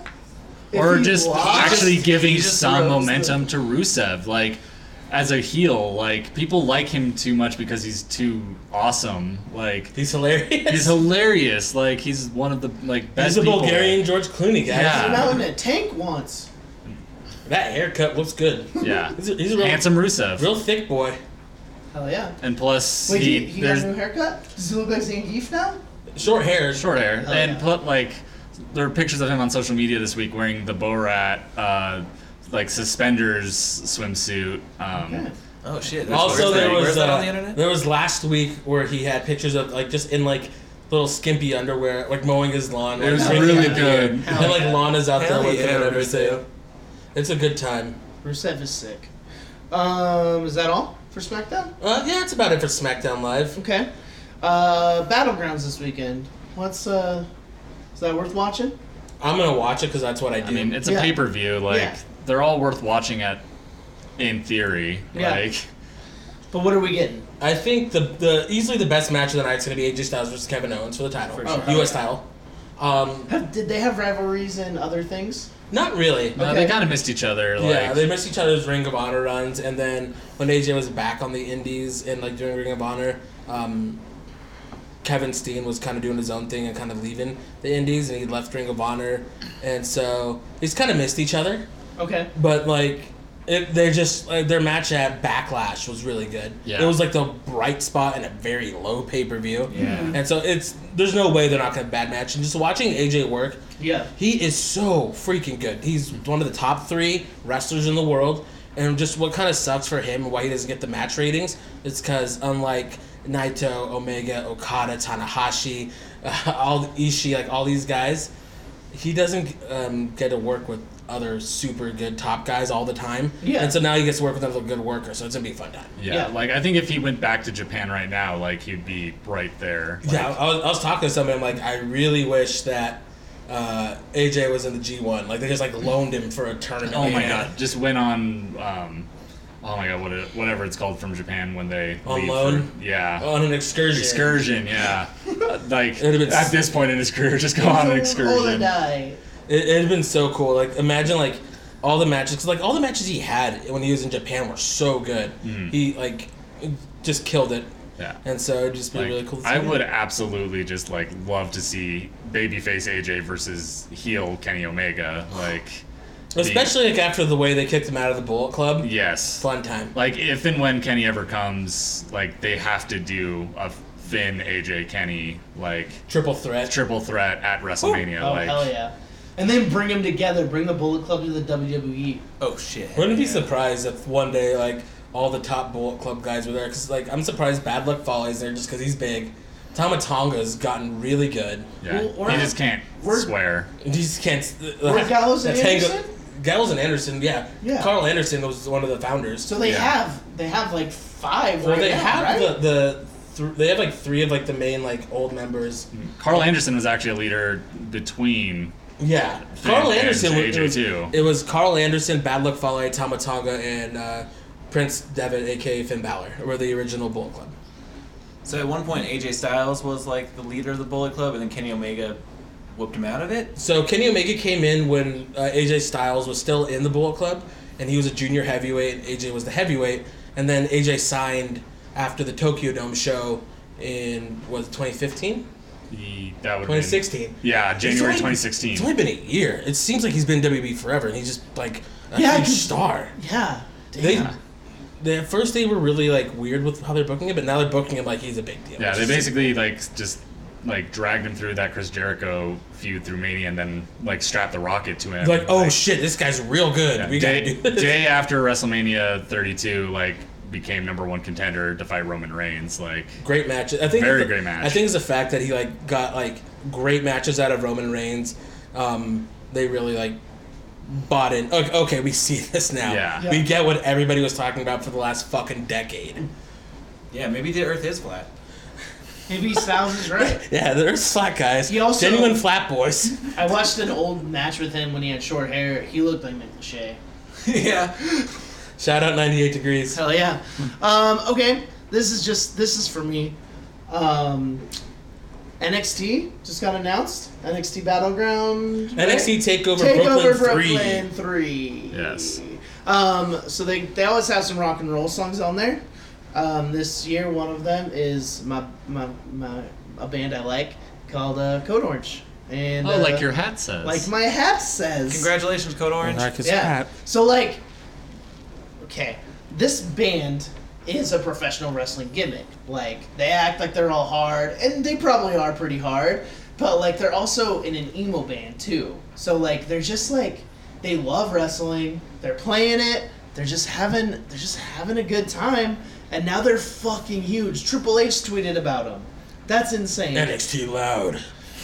S2: If
S5: or
S2: he
S5: just
S2: lost.
S5: actually giving
S4: he just
S5: some
S4: throws
S5: momentum to Rusev, like as a heel. Like people like him too much because he's too awesome. Like
S3: He's hilarious.
S5: he's hilarious. Like he's one of the like best
S3: He's a
S5: people.
S3: Bulgarian George Clooney guy.
S5: Yeah.
S2: He went out in a tank once.
S3: That haircut looks good.
S5: Yeah,
S3: He's a, he's a real,
S5: handsome Rusev.
S3: real thick boy.
S2: Hell yeah.
S5: and plus
S2: Wait,
S5: he,
S2: he, he got
S5: there's
S2: a new haircut? Does he look like Zangief now?
S3: Short hair.
S5: short hair
S2: Oh,
S5: and
S2: yeah.
S5: put like there are pictures of him on social media this week wearing the Borat uh, like suspenders swimsuit. Um,
S2: Yeah.
S4: Oh shit. That's
S3: Also, there
S4: Where's
S3: was
S4: that
S3: uh,
S4: on the internet?
S3: there was last week where he had pictures of like just in like little skimpy underwear, like mowing his lawn.
S5: It was
S3: like,
S5: really
S3: yeah.
S5: good.
S3: And then, like Lana's out
S4: Hell
S3: there with
S4: yeah,
S3: him and
S4: Rusev.
S3: everything. It's a good time.
S2: Rusev is sick. Um, is that all for SmackDown?
S3: Uh, yeah, that's about it for SmackDown Live.
S2: Okay. Uh, Battlegrounds this weekend. What's uh, is that worth watching?
S3: I'm gonna watch it because that's what I do.
S5: I mean, it's a
S2: Yeah.
S5: pay per view. Like
S2: Yeah.
S5: they're all worth watching at, in theory.
S2: Yeah.
S5: Like
S2: But what are we getting?
S3: I think the the easily the best match of the night is gonna be AJ Styles versus Kevin Owens for the title,
S4: For
S2: sure.
S3: U.S. title. Um,
S2: Have, did they have rivalries and other things?
S3: not really.
S5: no, they
S2: Okay.
S5: kind of missed each other. Like
S3: Yeah, they missed each other's Ring of Honor runs, and then when AJ was back on the Indies and like doing Ring of Honor, um, Kevin Steen was kind of doing his own thing and kind of leaving the Indies, and he left Ring of Honor, and so he's kind of missed each other.
S2: Okay.
S3: But like, it, they're just like, their match at Backlash was really good.
S5: Yeah.
S3: it was like the bright spot in a very low pay per view.
S4: Yeah.
S3: And so it's there's no way they're not gonna bad match. And just watching AJ work,
S2: Yeah.
S3: he is so freaking good. He's one of the top three wrestlers in the world. And just what kind of sucks for him and why he doesn't get the match ratings is because unlike Naito, Omega, Okada, Tanahashi, uh, all Ishii, like all these guys, he doesn't um, get to work with other super good top guys all the time.
S2: Yeah.
S3: And so now he gets to work with another good worker. So it's gonna be a fun time.
S5: yeah,
S2: yeah.
S5: Like I think if he went back to Japan right now, like he'd be right there. Like,
S3: Yeah, I was, I was talking to somebody. I'm like, I really wish that uh, AJ was in the G1. Like they just like loaned him for a tournament.
S5: Oh my
S3: Yeah.
S5: god! Just went on. Um, oh my god! What it, whatever it's called from Japan when they
S3: On
S5: leave
S3: loan?
S5: for- yeah.
S3: on an excursion.
S5: Excursion, yeah. Uh,
S3: It
S5: like
S3: would've been
S5: at
S3: s-
S5: this point in his career, just go on an excursion.
S2: Holiday.
S3: It had been so cool. Like imagine like all the matches, 'cause, like all the matches he had when he was in Japan were so good.
S5: Mm-hmm.
S3: He like just killed it,
S5: Yeah.
S3: and so it'd just be
S5: Like,
S3: really cool. To see
S5: I would absolutely just like love to see babyface AJ versus heel Kenny Omega. Like,
S3: especially like after the way they kicked him out of the Bullet Club.
S5: yes,
S3: Fun time.
S5: like if and when Kenny ever comes, like they have to do a Finn AJ Kenny like
S3: Triple threat.
S5: triple threat at WrestleMania.
S2: Oh
S5: like,
S2: hell yeah! And then bring them together. Bring the Bullet Club to the E. WWE.
S4: Oh shit.
S3: Wouldn't be
S4: Yeah.
S3: surprised if one day like all the top Bullet Club guys were there. Cause like I'm surprised Bad Luck Folly's there just because he's big. Tama Tonga's gotten really good.
S5: yeah.
S2: Well, we're-
S5: he just can't
S2: we're-
S5: swear.
S3: You just can't. uh,
S2: Were Gallows and
S3: that's Hango-
S2: Anderson?
S3: Gallows and Anderson, yeah.
S2: Yeah.
S3: Carl Anderson was one of the founders.
S2: So they
S5: Yeah.
S2: have they have like five.
S3: Well,
S2: right
S3: they
S2: now,
S3: have
S2: right?
S3: the, the thr they have like three of like the main like old members.
S5: Carl Anderson was actually a leader between.
S3: Yeah,
S5: Fan-
S3: Carl
S5: fans,
S3: Anderson. was-
S5: AJ
S3: it was,
S5: too.
S3: It was Carl Anderson, Bad Luck Fale, Tamatanga, and uh, Prince Devitt, aka Finn Balor, were the original Bullet Club.
S4: So at one point, AJ Styles was like the leader of the Bullet Club, and then Kenny Omega whooped him out of it.
S3: So Kenny Omega came in when uh, AJ Styles was still in the Bullet Club, and he was a junior heavyweight. and AJ was the heavyweight, and then AJ signed after the Tokyo Dome show in was 2015,
S5: The, that would
S3: 2016.
S5: yeah, January
S3: It's only-
S5: 2016.
S3: It's only been a year. It seems like he's been WB forever, and he's just like a
S2: Yeah,
S3: huge
S2: he-
S3: star.
S2: Yeah. Damn.
S3: They, they at first they were really like weird with how they're booking him, but now they're booking him like he's a big deal.
S5: Yeah,
S3: which
S5: they
S3: is-
S5: basically like just like dragged him through that Chris Jericho feud through Mania, and then like strapped the rocket to him.
S3: they're like, oh shit, this guy's real good.
S5: Yeah,
S3: we gotta
S5: day,
S3: do this.
S5: day after WrestleMania 32, like became number one contender to fight Roman Reigns. Like,
S3: Great match. I think
S5: Very
S3: the-
S5: great match.
S3: I think it's the fact that he like got like great matches out of Roman Reigns. Um, they really like bought in. Okay, okay, we see this now.
S5: Yeah.
S2: Yeah.
S3: we get what everybody was talking about for the last fucking decade.
S4: Yeah, maybe the Earth is flat.
S2: Maybe Styles is right.
S3: Yeah, there's slack guys.
S2: He also-
S3: genuine flat boys.
S2: I watched an old match with him when he had short hair. He looked like Mick Lachey.
S4: yeah.
S3: Shout out 98 degrees.
S2: Hell yeah.
S3: Hmm.
S2: Um, okay, this is just this is for me. Um, NXT just got announced. NXT Battleground.
S3: NXT Takeover
S2: Take
S3: Brooklyn
S2: over
S3: three.
S2: Brooklyn three.
S5: Yes.
S2: Um, so they they always have some rock and roll songs on there. Um, this year, one of them is my my, my a band I like called uh, Code Orange. And uh,
S5: Oh, hat says.
S2: like my hat says.
S4: Congratulations, Code Orange.
S2: So like, okay, this band is a professional wrestling gimmick. Like they act like they're all hard, and they probably are pretty hard. But like they're also in an emo band too. So like they're just like they love wrestling. They're playing it. They're just having they're just having a good time. And now they're fucking huge. Triple H tweeted about them. That's insane.
S3: NXT Loud.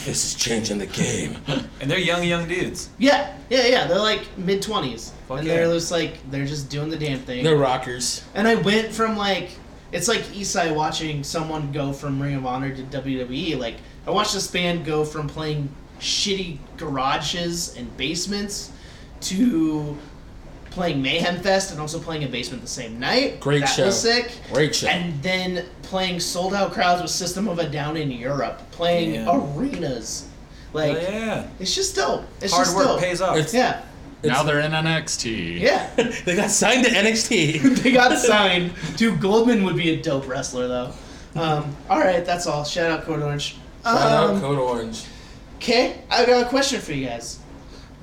S3: This is changing the game.
S4: And they're young, young dudes.
S2: Yeah, yeah, yeah. They're like mid twenties,
S4: Fuck
S2: and
S4: yeah.
S2: they're just like they're just doing the damn thing.
S3: They're rockers.
S2: And I went from like it's like Isai watching someone go from Ring of Honor to WWE. Like I watched this band go from playing shitty garages and basements to playing Mayhem Fest and also playing a basement the same night.
S3: Great
S2: that
S3: show.
S2: was sick.
S3: Great show.
S2: And then playing sold out crowds with System of a Down in Europe, playing
S4: Yeah.
S2: arenas. Like
S4: Hell yeah.
S2: it's just dope. It's
S4: Hard
S2: just
S4: work
S2: dope.
S4: pays off.
S3: It's-
S2: Yeah,
S5: now they're in NXT.
S2: yeah.
S3: they got signed to NXT.
S2: they got signed. Dude, Goldman would be a dope wrestler, though. Um, all right, that's all. Shout out Code Orange.
S3: Shout out
S2: Um,
S3: Code Orange.
S2: okay, I got a question for you guys.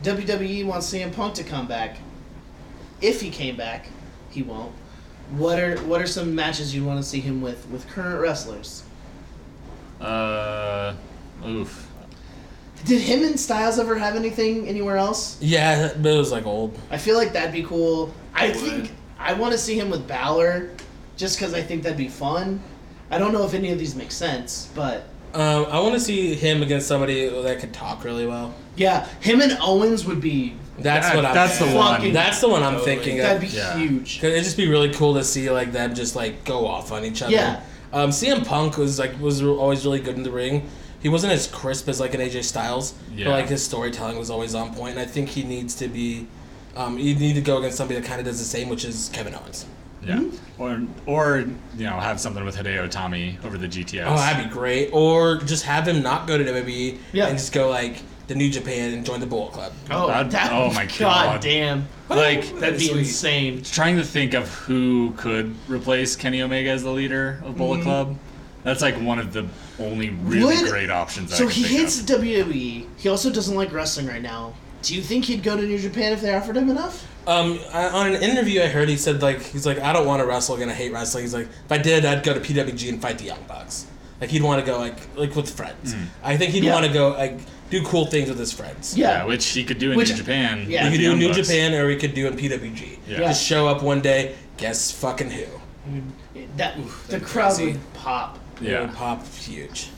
S2: WWE wants CM Punk to come back. If he came back, he won't. What are what are some matches you want to see him with with current wrestlers?
S5: Uh, oof.
S2: Did him and Styles ever have anything anywhere else?
S3: Yeah, but it was like old.
S2: I feel like that'd be cool. I
S4: Would.
S2: think I want to see him with Balor, just because I think that'd be fun. I don't know if any of these make sense, but
S3: Um, I want to see him against somebody that could talk really well.
S2: Yeah, him and Owens would be.
S3: That's
S5: That-
S3: what I'm.
S5: that's the
S2: Fucking-
S5: one.
S3: That's the one I'm
S4: Totally.
S3: thinking
S2: That'd
S3: of.
S2: be
S5: yeah.
S2: huge.
S3: Could- It'd just be really cool to see like them just like go off on each other.
S2: Yeah.
S3: Um, CM Punk was like was re- always really good in the ring. He wasn't as crisp as like an AJ Styles,
S5: Yeah.
S3: but like his storytelling was always on point. And I think he needs to be. Um, you need to go against somebody that kind of does the same, which is Kevin Owens.
S5: Yeah.
S3: hmm?
S5: Or, or you know, have something with Hideo Tommy over the GTS.
S3: Oh, that'd be great. Or just have him not go to WWE
S2: Yeah.
S3: and just go like the New Japan and join the Bullet Club.
S2: Oh,
S5: That'd-
S2: that,
S5: oh my
S2: God
S5: God.
S2: damn,
S5: like
S2: that'd be
S4: Sweet.
S2: insane.
S5: trying to think of who could replace Kenny Omega as the leader of Bullet Club. That's like one of the only really
S2: Mm. Would-
S5: great options. I
S2: So
S5: can
S2: he
S5: think
S2: hates
S5: of.
S2: WWE. He also doesn't like wrestling right now. Do you think he'd go to New Japan if they offered him enough?
S3: Um, I, on an interview, I heard he said like he's like I don't want to wrestle again. I hate wrestling. He's like if I did, I'd go to PWG and fight the Young Bucks. Like he'd want to go like like with friends.
S5: Mm.
S3: I think he'd
S2: Yeah.
S3: want to go like do cool things with his friends.
S5: Yeah, which he could do in
S2: Which-
S5: New Japan.
S2: yeah.
S5: with
S3: we could
S5: the
S3: do
S5: Young
S3: New
S5: Bucks.
S3: Japan or we could do in PWG.
S5: Yeah.
S2: Yeah.
S3: Just show up one day. Guess fucking who?
S2: that the
S4: that'd be
S2: crowd
S4: crazy.
S2: would pop.
S3: It
S5: Yeah.
S3: would pop huge.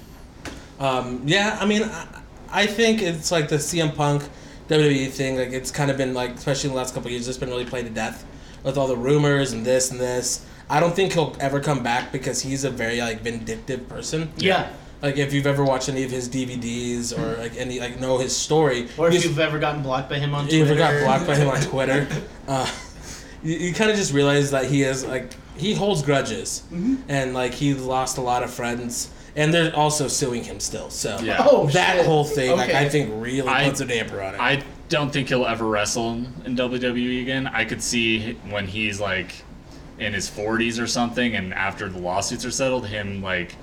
S3: Um, yeah, I mean, I, I think it's like the CM Punk WWE thing. Like it's kind of been like, especially in the last couple of years, it's been really played to death with all the rumors and this and this. I don't think he'll ever come back because he's a very like vindictive person.
S2: Yeah.
S3: Like if you've ever watched any of his DVDs or like any like know his story,
S2: Or if
S3: because-
S2: you've ever gotten blocked by him on
S3: you
S2: Twitter.
S3: ever got blocked by him on Twitter, uh, you, you kind of just realize that he is like he holds grudges,
S2: Mm-hmm.
S3: and like he lost a lot of friends, and they're also suing him still. So
S5: Yeah.
S2: Oh,
S3: that
S2: shit.
S3: whole thing, like
S2: Okay.
S3: I think, really
S5: I-
S3: puts a damper on it.
S5: I don't think he'll ever wrestle in WWE again. I could see when he's like in his 40s or something, and after the lawsuits are settled, him like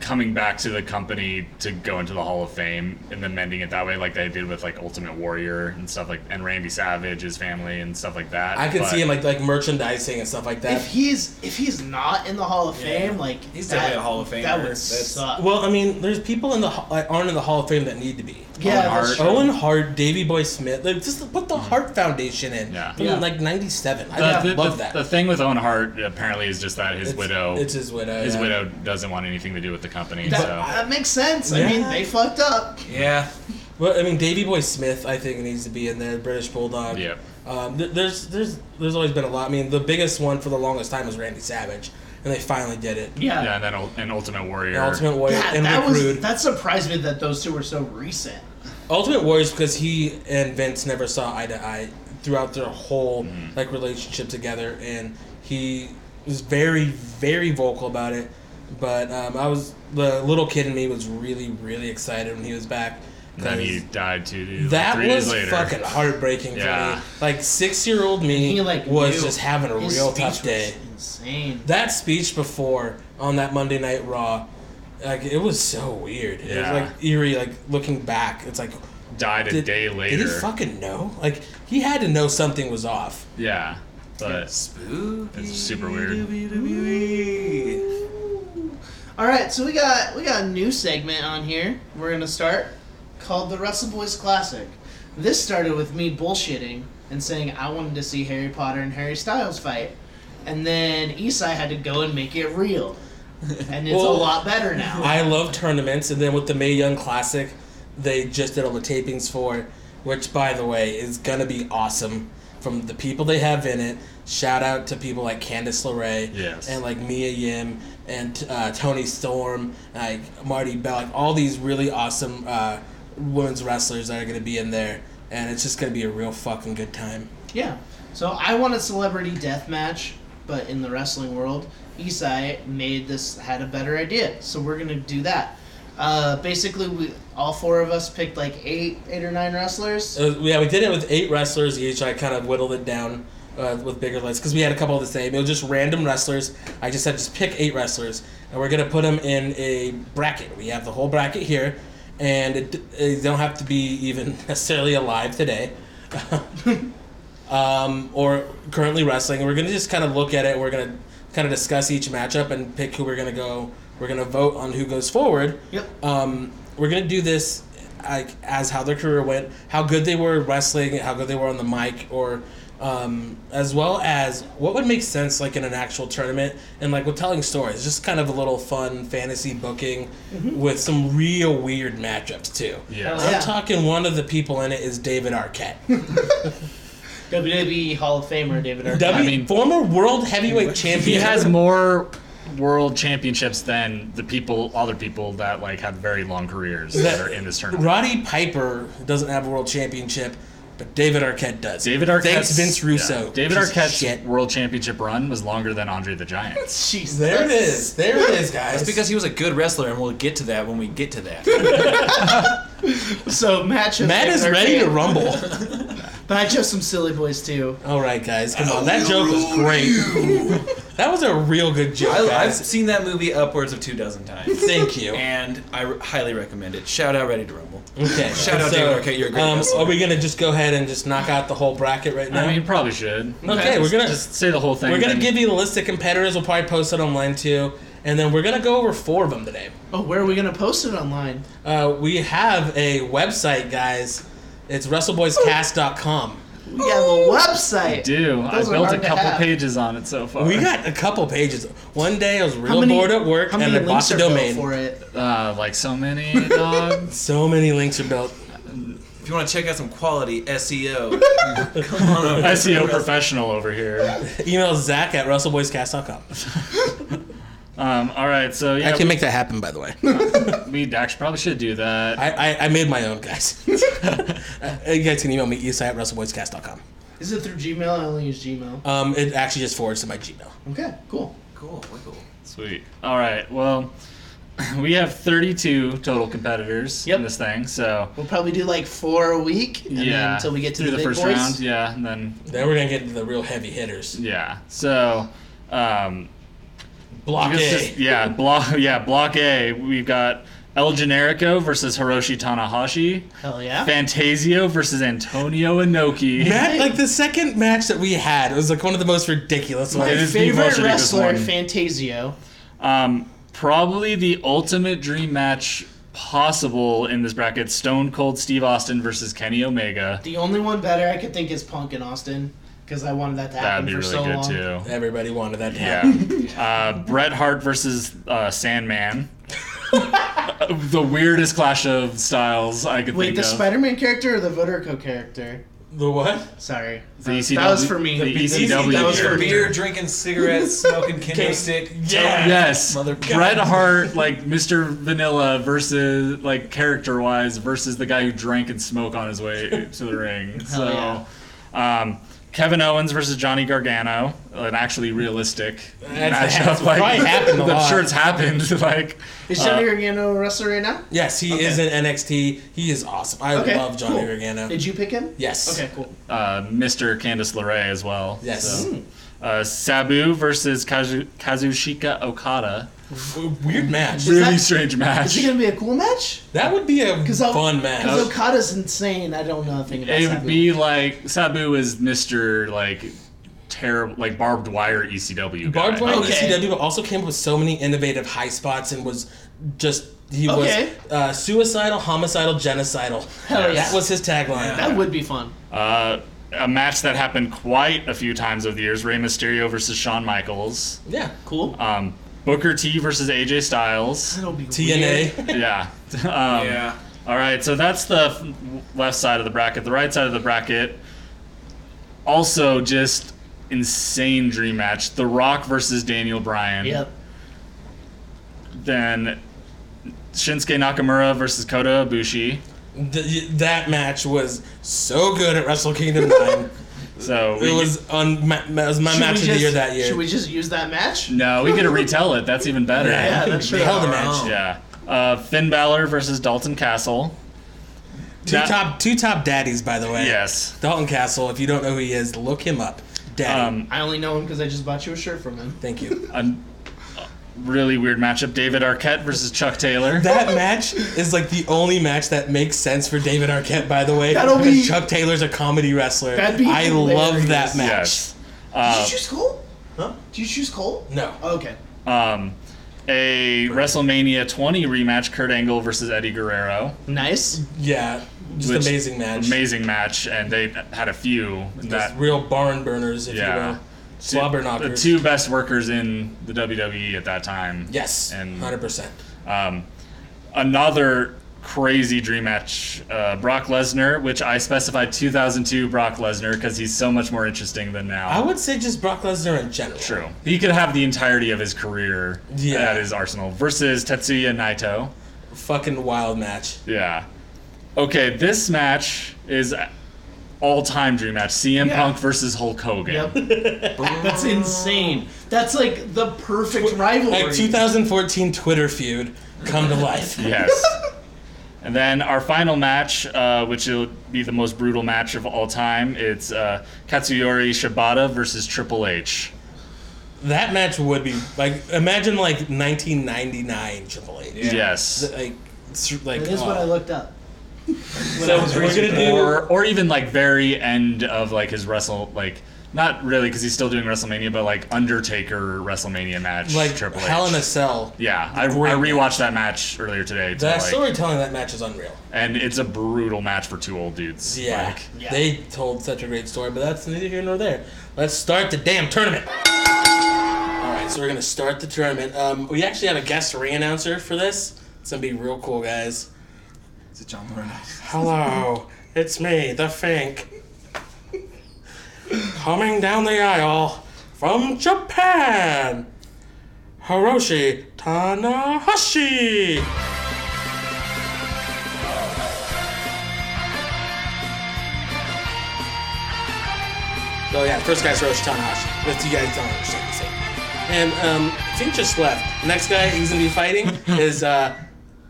S5: coming back to the company to go into the Hall of Fame and then mending it that way, like they did with like Ultimate Warrior and stuff like, and Randy Savage, his family, and stuff like that.
S3: I could
S5: But
S3: see him like like merchandising and stuff like that.
S2: If he's if he's not in the Hall of Fame, like
S4: He's
S2: that-
S4: definitely a Hall of
S2: That
S4: Famer.
S2: would
S4: That's-
S2: suck.
S3: well, I mean, there's people in the ho- like, aren't in the Hall of Fame that need to be.
S2: yeah,
S5: Owen
S2: that's
S5: Hart.
S2: true.
S3: Owen Hart, Davy Boy Smith, like just put the Hart Foundation in
S5: Mm. Yeah.
S3: from
S2: Yeah.
S3: like '97. I
S5: The,
S3: love
S5: the,
S3: love
S5: the-
S3: that.
S5: the thing with Owen Hart apparently is just that his
S3: It's-
S5: widow,
S3: It's his widow.
S5: his
S3: yeah.
S5: widow doesn't want anything to do with the company.
S2: That,
S5: so
S2: that makes sense. I
S3: Yeah.
S2: mean, they fucked up.
S4: Yeah.
S3: Well, I mean, Davy Boy Smith, I think needs to be in there. British Bulldog.
S5: Yep.
S3: Um, th- there's there's there's always been a lot. I mean, the biggest one for the longest time was Randy Savage, and they finally did it.
S2: Yeah,
S5: yeah, and then Ul- and Ultimate Warrior.
S3: And Ultimate Warrior
S2: that,
S3: and
S2: that
S3: Rick
S2: was
S3: Rude.
S2: that surprised me that those two were so recent.
S3: Ultimate Warrior is because he and Vince never saw eye to eye throughout their whole like relationship together, and he was very very vocal about it. But um, I was the little kid in me was really really excited when he was back.
S5: And then he
S3: 'cause
S5: died two days,
S3: That
S5: three
S3: was
S5: days later.
S3: fucking heartbreaking for
S5: Yeah.
S3: me. Like six year old me
S2: He like
S3: was
S2: knew.
S3: just having a
S2: His
S3: real
S2: speech
S3: tough
S2: was
S3: day.
S2: Insane.
S3: That speech before on that Monday Night Raw, like it was so weird. It
S5: Yeah.
S3: was like eerie. Like looking back, it's like
S5: Died a
S3: did-
S5: day
S3: Did
S5: later.
S3: he fucking know? Like he had to know something was off.
S5: yeah, but
S4: Spooky.
S5: It's super weird.
S4: WWE.
S2: All right, so we got we got a new segment on here. We're gonna start called the Russell Boys Classic. This started with me bullshitting and saying I wanted to see Harry Potter and Harry Styles fight, and then Esai had to go and make it real, and it's a
S3: Well,
S2: lot better now.
S3: I love tournaments, and then with the May Young Classic, they just did all the tapings for, it, which by the way is gonna be awesome. From the people they have in it, shout out to people like Candice LeRae,
S5: Yes.
S3: and like Mia Yim and uh, Tony Storm, like Marty Bell, like all these really awesome uh, women's wrestlers that are gonna be in there, and it's just gonna be a real fucking good time.
S2: yeah. So I want a celebrity death match, but in the wrestling world, Esai made this had a better idea. So we're gonna do that. Uh, basically, we all four of us picked like eight, eight or nine wrestlers.
S3: Uh, yeah, we did it with eight wrestlers each. I kind of whittled it down uh, with bigger lists because we had a couple of the same. It was just random wrestlers. I just said just pick eight wrestlers, and we're gonna put them in a bracket. We have the whole bracket here, and it, it don't have to be even necessarily alive today. um, or currently wrestling. We're gonna just kind of look at it. We're gonna kind of discuss each matchup and pick who we're gonna go. We're gonna vote on who goes forward.
S2: Yep.
S3: Um, we're gonna do this like as how their career went, how good they were at wrestling, how good they were on the mic, or um, as well as what would make sense like in an actual tournament and like with telling stories. Just kind of a little fun fantasy booking with some real weird matchups too.
S5: Mm-hmm. yeah.
S2: Hell
S3: I'm
S2: yeah.
S3: talking one of the people in it is David Arquette.
S2: WWE E Hall of Famer David Arquette.
S3: W-
S5: mean-
S3: former world heavyweight champion.
S5: He has more world championships than the people, other people that like have very long careers that are in this tournament.
S3: Roddy Piper doesn't have a world championship, but David Arquette does.
S5: David Arquette's
S3: Thanks, Vince Russo.
S5: yeah. David
S3: Piece of
S5: Arquette's
S3: shit.
S5: world championship run was longer than Andre the Giant's.
S2: Jesus.
S3: There it is. There it is, guys.
S4: That's because he was a good wrestler, and we'll get to that when we get to that.
S2: So match. of
S3: Matt is
S2: David
S3: ready to
S2: Arquette.
S3: rumble.
S2: Match of some silly boys too.
S3: All right, guys. Come on. That joke was great. that was a real good joke,
S4: I, I've
S3: guys.
S4: seen that movie upwards of two dozen times,
S3: Thank you.
S4: and I r- highly recommend it. Shout out Ready to Rumble.
S3: Okay.
S4: Shout out David Arquette, you're a great
S3: um,
S4: wrestler.
S3: Are we gonna just go ahead and just knock out the whole bracket right now?
S5: I mean, you probably should.
S3: okay, we're gonna
S5: just say the whole thing.
S3: we're gonna
S5: then-
S3: give you the list of competitors. We'll probably post it online too, and then we're gonna go over four of them today.
S2: Oh, where are we gonna post it online?
S3: Uh, we have a website, guys. It's WrestleBoysCast.com.
S2: We have a website.
S5: do. I
S2: Those are
S5: built a
S2: hard to
S5: couple
S2: have.
S5: pages on it so far.
S3: We got a couple pages. One day I was
S2: How
S3: real
S2: many-
S3: bored at work
S2: how
S3: and
S2: many
S3: I bought
S2: links
S3: the
S2: are built
S3: domain.
S2: for it?
S5: uh, like so many dogs.
S3: So many links are built.
S4: If you want to check out some quality SEO, come on over.
S5: SEO professional over here.
S3: Email Zach at RussellBoysCast.com.
S5: Um, all right, so yeah,
S3: I can
S5: we,
S3: make that happen, by the way.
S5: we actually probably should do that.
S3: I, I, I made my own, guys. Uh, you guys can email me, Esai at RussellBoysCast.com.
S2: Is it through Gmail? I only use Gmail.
S3: Um, it actually just forwards to my Gmail.
S2: Okay, cool.
S4: Cool, wiggle.
S5: Sweet. All right, well, we have 32 total competitors
S2: Yep.
S5: in this thing, so
S2: We'll probably do like four a week, and then
S5: yeah,
S2: until we get to
S5: through
S2: the,
S5: the
S2: big
S5: first
S2: boys.
S5: round, yeah, and then
S3: Then we're going to get into the real heavy hitters.
S5: yeah, so. Um,
S3: Block
S5: Because
S3: A.
S5: this- yeah, block. Yeah, block A. We've got El Generico versus Hiroshi Tanahashi,
S2: Hell yeah.
S5: Fantasio versus Antonio Inoki.
S3: Matt, like the second match that we had was like one of the most ridiculous
S2: My
S5: It
S3: ones.
S5: is the
S2: favorite
S5: most ridiculous
S2: wrestler,
S5: one.
S2: Fantasio.
S5: Um, probably the ultimate dream match possible in this bracket: Stone Cold Steve Austin versus Kenny Omega.
S2: The only one better I could think is Punk and Austin, because I wanted that to happen
S5: That'd be
S2: for
S5: really
S2: so
S5: good
S2: long.
S5: too.
S3: Everybody wanted that to happen.
S5: Yeah. uh, Bret Hart versus uh, Sandman. the weirdest clash of styles I could
S2: Wait,
S5: think
S2: the
S5: of.
S2: Spider-Man character or the Voderco character?
S3: The what?
S2: Sorry,
S5: The
S2: that,
S5: ECW
S2: that was for me.
S5: The E ECW.
S4: That was for
S5: character.
S4: beer, drinking cigarettes, smoking kendo stick.
S3: Yeah.
S5: Yes,
S4: Mother-
S5: Bret Hart, like Mr. Vanilla versus like character wise versus the guy who drank and smoked on his way to the ring. So, um, Kevin Owens versus Johnny Gargano, an actually realistic
S3: That's-
S5: matchup.
S3: that's
S5: like,
S3: probably happened a
S5: I'm
S3: lot.
S5: sure it's happened. Like,
S2: Is Johnny Gargano a wrestler right now?
S3: Yes, he is in NXT. He is awesome. I
S2: Okay,
S3: love Johnny
S2: cool.
S3: Gargano.
S2: Did you pick him?
S3: Yes.
S2: Okay, cool.
S5: uh, Mr. Candice LeRae as well.
S3: Yes.
S5: So, uh, Sabu versus Kazu- Kazushika Okada.
S3: W- Weird match.
S5: really
S2: that-
S5: strange
S2: Is
S5: match.
S2: it gonna be a cool match?
S3: That would be a
S2: I'll-
S3: fun
S2: Because
S3: match.
S2: Okada's insane. I don't know a thing about
S5: It
S2: Sabu.
S5: would be like Sabu is Mister like terrible like barbed wire ECW guy.
S3: Barbed wire
S2: Okay.
S3: ECW also came up with so many innovative high spots and was just he
S2: Okay.
S3: was uh, suicidal, homicidal, genocidal.
S2: Hell yeah.
S3: That was his tagline.
S2: That would be fun.
S5: Uh, a match that happened quite a few times over the years: Rey Mysterio versus Shawn Michaels,
S3: Yeah.
S2: Cool.
S5: um, Booker T versus AJ Styles.
S2: That'll be weird.
S3: TNA.
S5: yeah. Um,
S4: Yeah.
S5: All right, so that's the f- left side of the bracket. The right side of the bracket, also just insane dream match: The Rock versus Daniel Bryan.
S2: Yep.
S5: Then Shinsuke Nakamura versus Kota Ibushi.
S3: Th- that match was so good at Wrestle Kingdom 9.
S5: So we
S3: it was on ma- ma- it was my
S2: Should
S3: match
S2: we
S3: of the
S2: just-
S3: year that year.
S2: Should we just use that match?
S5: no, we get to retell it. That's even better.
S2: Yeah,
S3: Yeah,
S2: that's true.
S3: Hell of a
S4: Our
S3: match.
S4: own.
S5: Yeah. Uh, Finn Balor versus Dalton Castle.
S3: Two
S5: That-
S3: top two top daddies, by the way.
S5: Yes.
S3: Dalton Castle. If you don't know who he is, look him up. Daddy.
S5: Um,
S2: I only know him because I just bought you a shirt from him.
S3: Thank you.
S5: a really weird matchup: David Arquette versus Chuck Taylor.
S3: That match is like the only match that makes sense for David Arquette, by the way.
S2: That'll
S3: because
S2: be-
S3: Chuck Taylor's a comedy wrestler.
S2: That'd be
S3: I love
S2: hilarious.
S3: that match.
S5: yes.
S2: Did
S5: Uh,
S2: you choose Cole?
S3: Huh?
S2: Did you choose Cole?
S3: No.
S2: Okay.
S5: um, a WrestleMania 20 rematch: Kurt Angle versus Eddie Guerrero.
S2: Nice.
S3: Yeah. Just
S5: Which-
S3: amazing match.
S5: Amazing match, and they had a few.
S3: Just
S5: in That
S3: real barn burners, if
S5: Yeah.
S3: you will.
S5: two-
S3: Slobber
S5: the
S3: knockers.
S5: two best workers in the WWE at that time.
S3: Yes.
S5: And-
S3: Hundred percent.
S5: Um, another crazy dream match uh, Brock Lesnar, which I specified 2002 Brock Lesnar because he's so much more interesting than now.
S3: I would say just Brock Lesnar in general.
S5: True. He could have the entirety of his career
S3: Yeah.
S5: at his arsenal versus Tetsuya Naito.
S3: Fucking wild match.
S5: Yeah. Okay, this match is all time dream match CM
S2: Yeah.
S5: Punk versus Hulk Hogan.
S2: Yep. That's insane. That's like the perfect rivalry.
S3: Like 2014 Twitter feud come to life.
S5: Yes. and then our final match, uh, which will be the most brutal match of all time, it's uh, Katsuyori Shibata versus Triple H.
S3: That match would be like imagine like 1999 Triple H.
S4: Yeah.
S5: Yes.
S3: Like s- like
S2: That is
S3: oh.
S2: what I looked up.
S3: So we're gonna do
S5: Or, or even like very end of like his wrestle like not really because he's still doing WrestleMania, but like Undertaker WrestleMania match
S3: like
S5: Triple H.
S3: Hell in a Cell.
S5: yeah, I, I
S3: Great
S5: rewatched that match earlier today, to,
S3: The
S5: like-
S3: storytelling of that match is unreal.
S5: and it's a brutal match for two old dudes.
S3: Yeah.
S5: Like,
S2: Yeah.
S3: They told such a great story, but that's neither here nor there. Let's start the damn tournament. All right, so we're gonna start the tournament. Um, we actually have a guest re-announcer for this. It's gonna be real cool, guys.
S4: Is it John Laurinaitis?
S3: Hello,
S6: It's me, the Fink. Coming down the aisle from Japan, Hiroshi Tanahashi. So yeah, first guy's Hiroshi Tanahashi. That's you guys don't understand the same. And um, Fink just left. Next guy he's gonna be fighting is uh,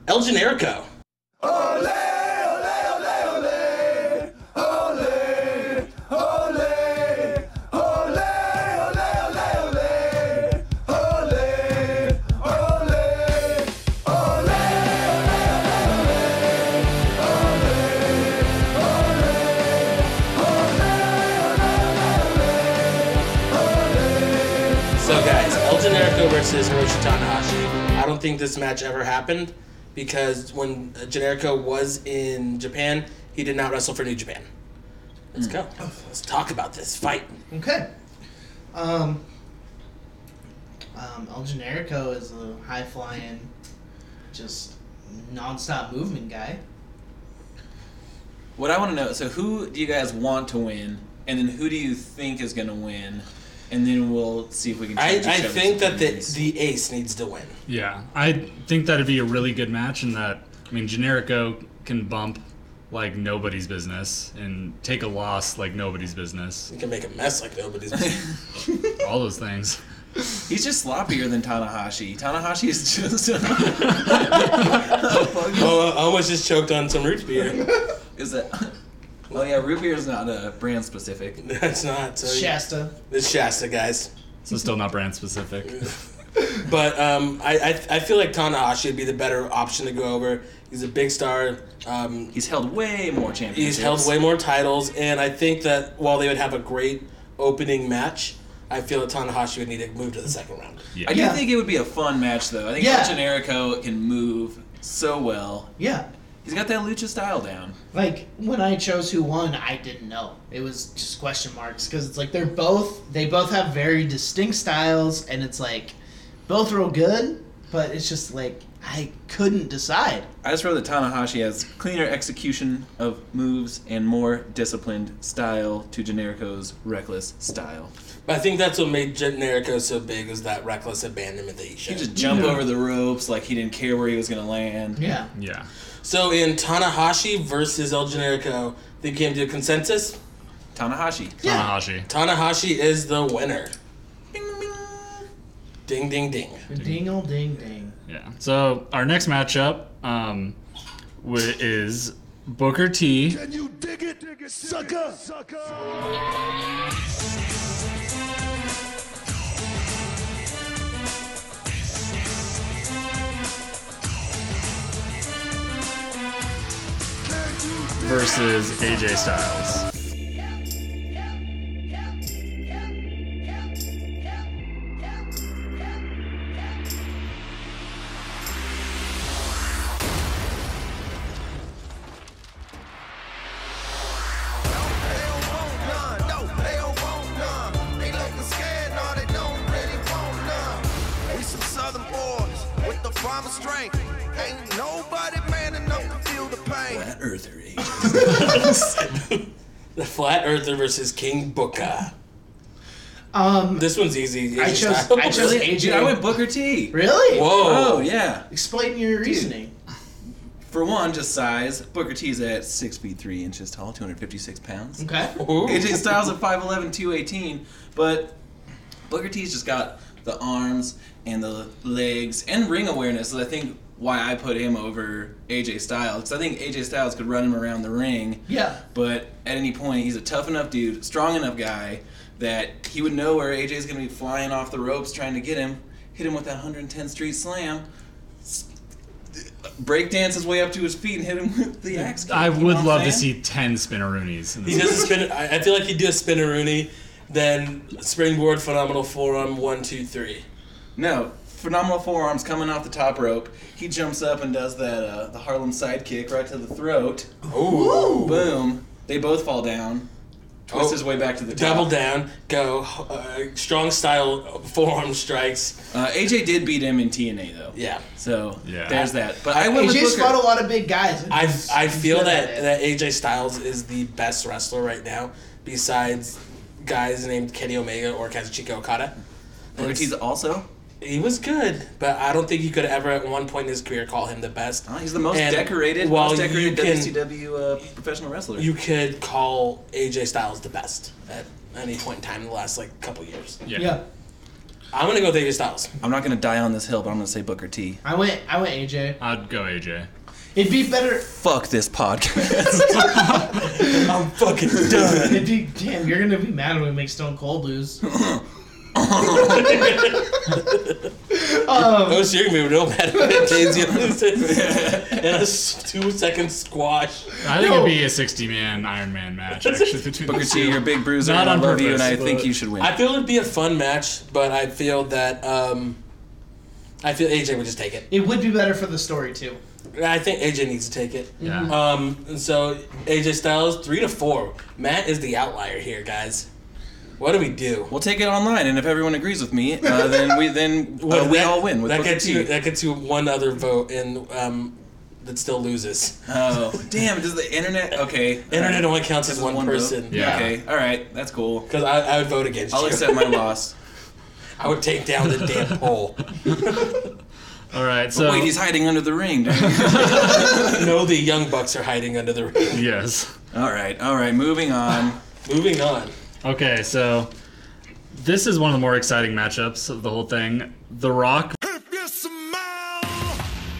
S6: El Generico. So guys, El Generico versus Hiroshi Tanahashi. I don't think this match ever happened because when Generico was in Japan, he did not wrestle for New Japan. Let's go. Let's talk about this fight.
S2: Okay. Um, um, El Generico is a high flying, just nonstop movement guy.
S4: What I want to know, so who do you guys want to win, and then who do you think is going to win, and then we'll see if we can.
S3: I,
S4: change each
S3: I
S4: other's
S3: think that the,
S4: opinions.
S3: the ace needs to win.
S5: Yeah, I think that'd be a really good match, and that I mean, Generico can bump like nobody's business and take a loss like nobody's business.
S3: You can make a mess like nobody's.
S5: All those things.
S4: He's just sloppier than Tanahashi. Tanahashi is just.
S3: oh, I almost just choked on some root beer.
S4: is it? Well, yeah, root beer is not uh, brand specific.
S3: That's not. So
S2: Shasta.
S3: It's Shasta, guys.
S5: So still not brand specific.
S3: But um, I, I I feel like Tanahashi would be the better option to go over. He's a big star. Um,
S4: He's held way more championships.
S3: He's held way more titles, and I think that while they would have a great opening match, I feel that Tanahashi would need to move to the second round.
S4: I do
S2: Yeah.
S4: think it would be a fun match, though. I think
S2: Yeah.
S4: El Generico can move so well.
S2: Yeah.
S4: He's got that lucha style down.
S2: Like when I chose who won, I didn't know. It was just question marks because it's like they're both they both have very distinct styles, and it's like both real good, but it's just like I couldn't decide.
S4: I just wrote that Tanahashi has cleaner execution of moves and more disciplined style to Generico's reckless style.
S3: But I think that's what made Generico so big is that reckless abandonment that he
S4: He
S3: showed.
S4: just jump
S5: Yeah.
S4: over the ropes like he didn't care where he was gonna land.
S2: Yeah.
S5: Yeah.
S3: so in Tanahashi versus El Generico, they came to a consensus.
S4: Tanahashi.
S2: Yeah.
S5: Tanahashi.
S3: Tanahashi is the winner. Ding ding ding.
S2: Ding old ding ding.
S5: Yeah. So our next matchup um, wi- is Booker T
S7: Can you dig it, sucker? Sucker!
S5: versus AJ Styles.
S7: Ain't nobody man enough to feel the pain.
S4: That earther age.
S3: The Flat Earther versus King Booker.
S2: Um,
S3: This one's easy.
S2: I
S3: AJ
S2: chose
S3: style.
S2: I chose
S4: Dude,
S2: AJ.
S4: I went Booker T.
S2: really?
S4: Oh
S3: Whoa.
S4: yeah.
S2: Explain your reasoning.
S4: For one, just size. Booker T's at six feet three inches tall, 256 pounds.
S2: Okay.
S3: Ooh.
S4: AJ Styles at 5'11, 218, but Booker T's just got the arms and the legs and ring awareness. Is I think why I put him over AJ Styles. 'Cause I think AJ Styles could run him around the ring,
S2: Yeah.
S4: but at any point, he's a tough enough dude, strong enough guy that he would know where AJ's going to be flying off the ropes trying to get him, hit him with that 110 Street Slam. s- Breakdance his way up to his feet and hit him with the axe. kick,
S5: I
S4: you know
S5: would
S4: what I'm
S5: love to
S4: saying?
S5: see ten spinneroonies. In
S3: He
S5: this.
S3: does a spin. I I feel like he'd do a spinneroonie, then springboard, phenomenal forearm, one, two, three.
S4: No, phenomenal forearms coming off the top rope. He jumps up and does that uh, the Harlem sidekick right to the throat.
S3: Ooh.
S4: Boom. They both fall down. twists his way back to the top.
S3: Double down, go. Uh, strong style forearm strikes.
S4: Uh, AJ did beat him in TNA though.
S3: Yeah.
S4: So
S5: Yeah.
S4: there's that. But I went with
S2: AJ's
S4: Booker.
S2: fought a lot of big guys.
S3: I I feel
S2: good
S3: that,
S2: at it.
S3: that AJ Styles is the best wrestler right now, besides guys named Kenny Omega or Kazuchika Okada.
S4: Booker T's also.
S3: He was good, but I don't think you could ever at one point in his career call him the best.
S4: Uh, he's the most
S3: And
S4: decorated,
S3: while
S4: most
S3: you
S4: decorated
S3: can-
S4: WCW uh, professional wrestler.
S3: You could call AJ Styles the best at any point in time in the last like couple years.
S5: Yeah.
S2: yeah,
S3: I'm gonna go with AJ Styles.
S4: I'm not gonna die on this hill, but I'm gonna say Booker T.
S2: I went. I went AJ.
S5: I'd go AJ.
S2: It'd be better.
S4: Fuck this podcast.
S3: I'm fucking done.
S2: It'd be damn. You're gonna be mad when we make Stone Cold lose.
S3: oh, so you're gonna be real mad about it, Daisy. and a s- two second squash.
S5: I think it'd be a 60 man Iron Man match, actually, between
S4: Booker
S5: the
S4: T,
S5: two.
S4: you're a big bruiser.
S5: Not
S4: and I
S5: on
S4: love you, and
S5: purpose,
S4: I think
S5: but-
S4: you should win.
S3: I feel it'd be a fun match, but I feel that um, I feel AJ would just take it.
S2: It would be better for the story too.
S3: I think AJ needs to take it.
S5: Yeah.
S3: Um, and so AJ Styles three to four. Matt is the outlier here, guys. What do we do?
S4: we'll take it online, and if everyone agrees with me, uh, then we then uh, we
S3: that-
S4: all win with
S3: that
S4: Booker
S3: gets you.
S4: T.
S3: That gets you one other vote, and um, that still loses.
S4: Oh damn! Does the internet? Okay,
S3: Internet only counts as
S4: This is
S3: one,
S4: one vote?
S3: person.
S5: Yeah.
S4: Okay, all right, that's cool.
S3: Because I, I would vote against
S4: I'll
S3: you.
S4: accept my loss.
S3: I would take down the damn poll.
S5: All right, so.
S4: Wait, he's hiding under the ring.
S3: no, the Young Bucks are hiding under the ring.
S5: yes.
S4: all right, all right. Moving on.
S3: Moving on.
S5: Okay, so this is one of the more exciting matchups of the whole thing. The Rock
S7: If you smell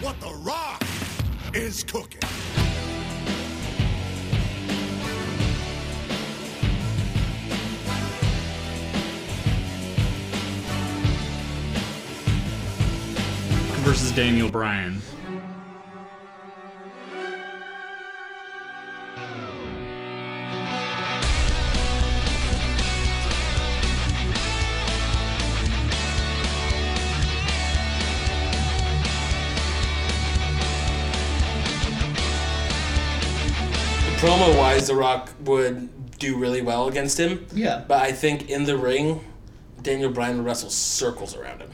S7: what the rock is cooking.
S5: versus Daniel Bryan.
S3: Promo wise, The Rock would do really well against him.
S2: Yeah.
S3: But I think in the ring, Daniel Bryan would wrestle circles around him.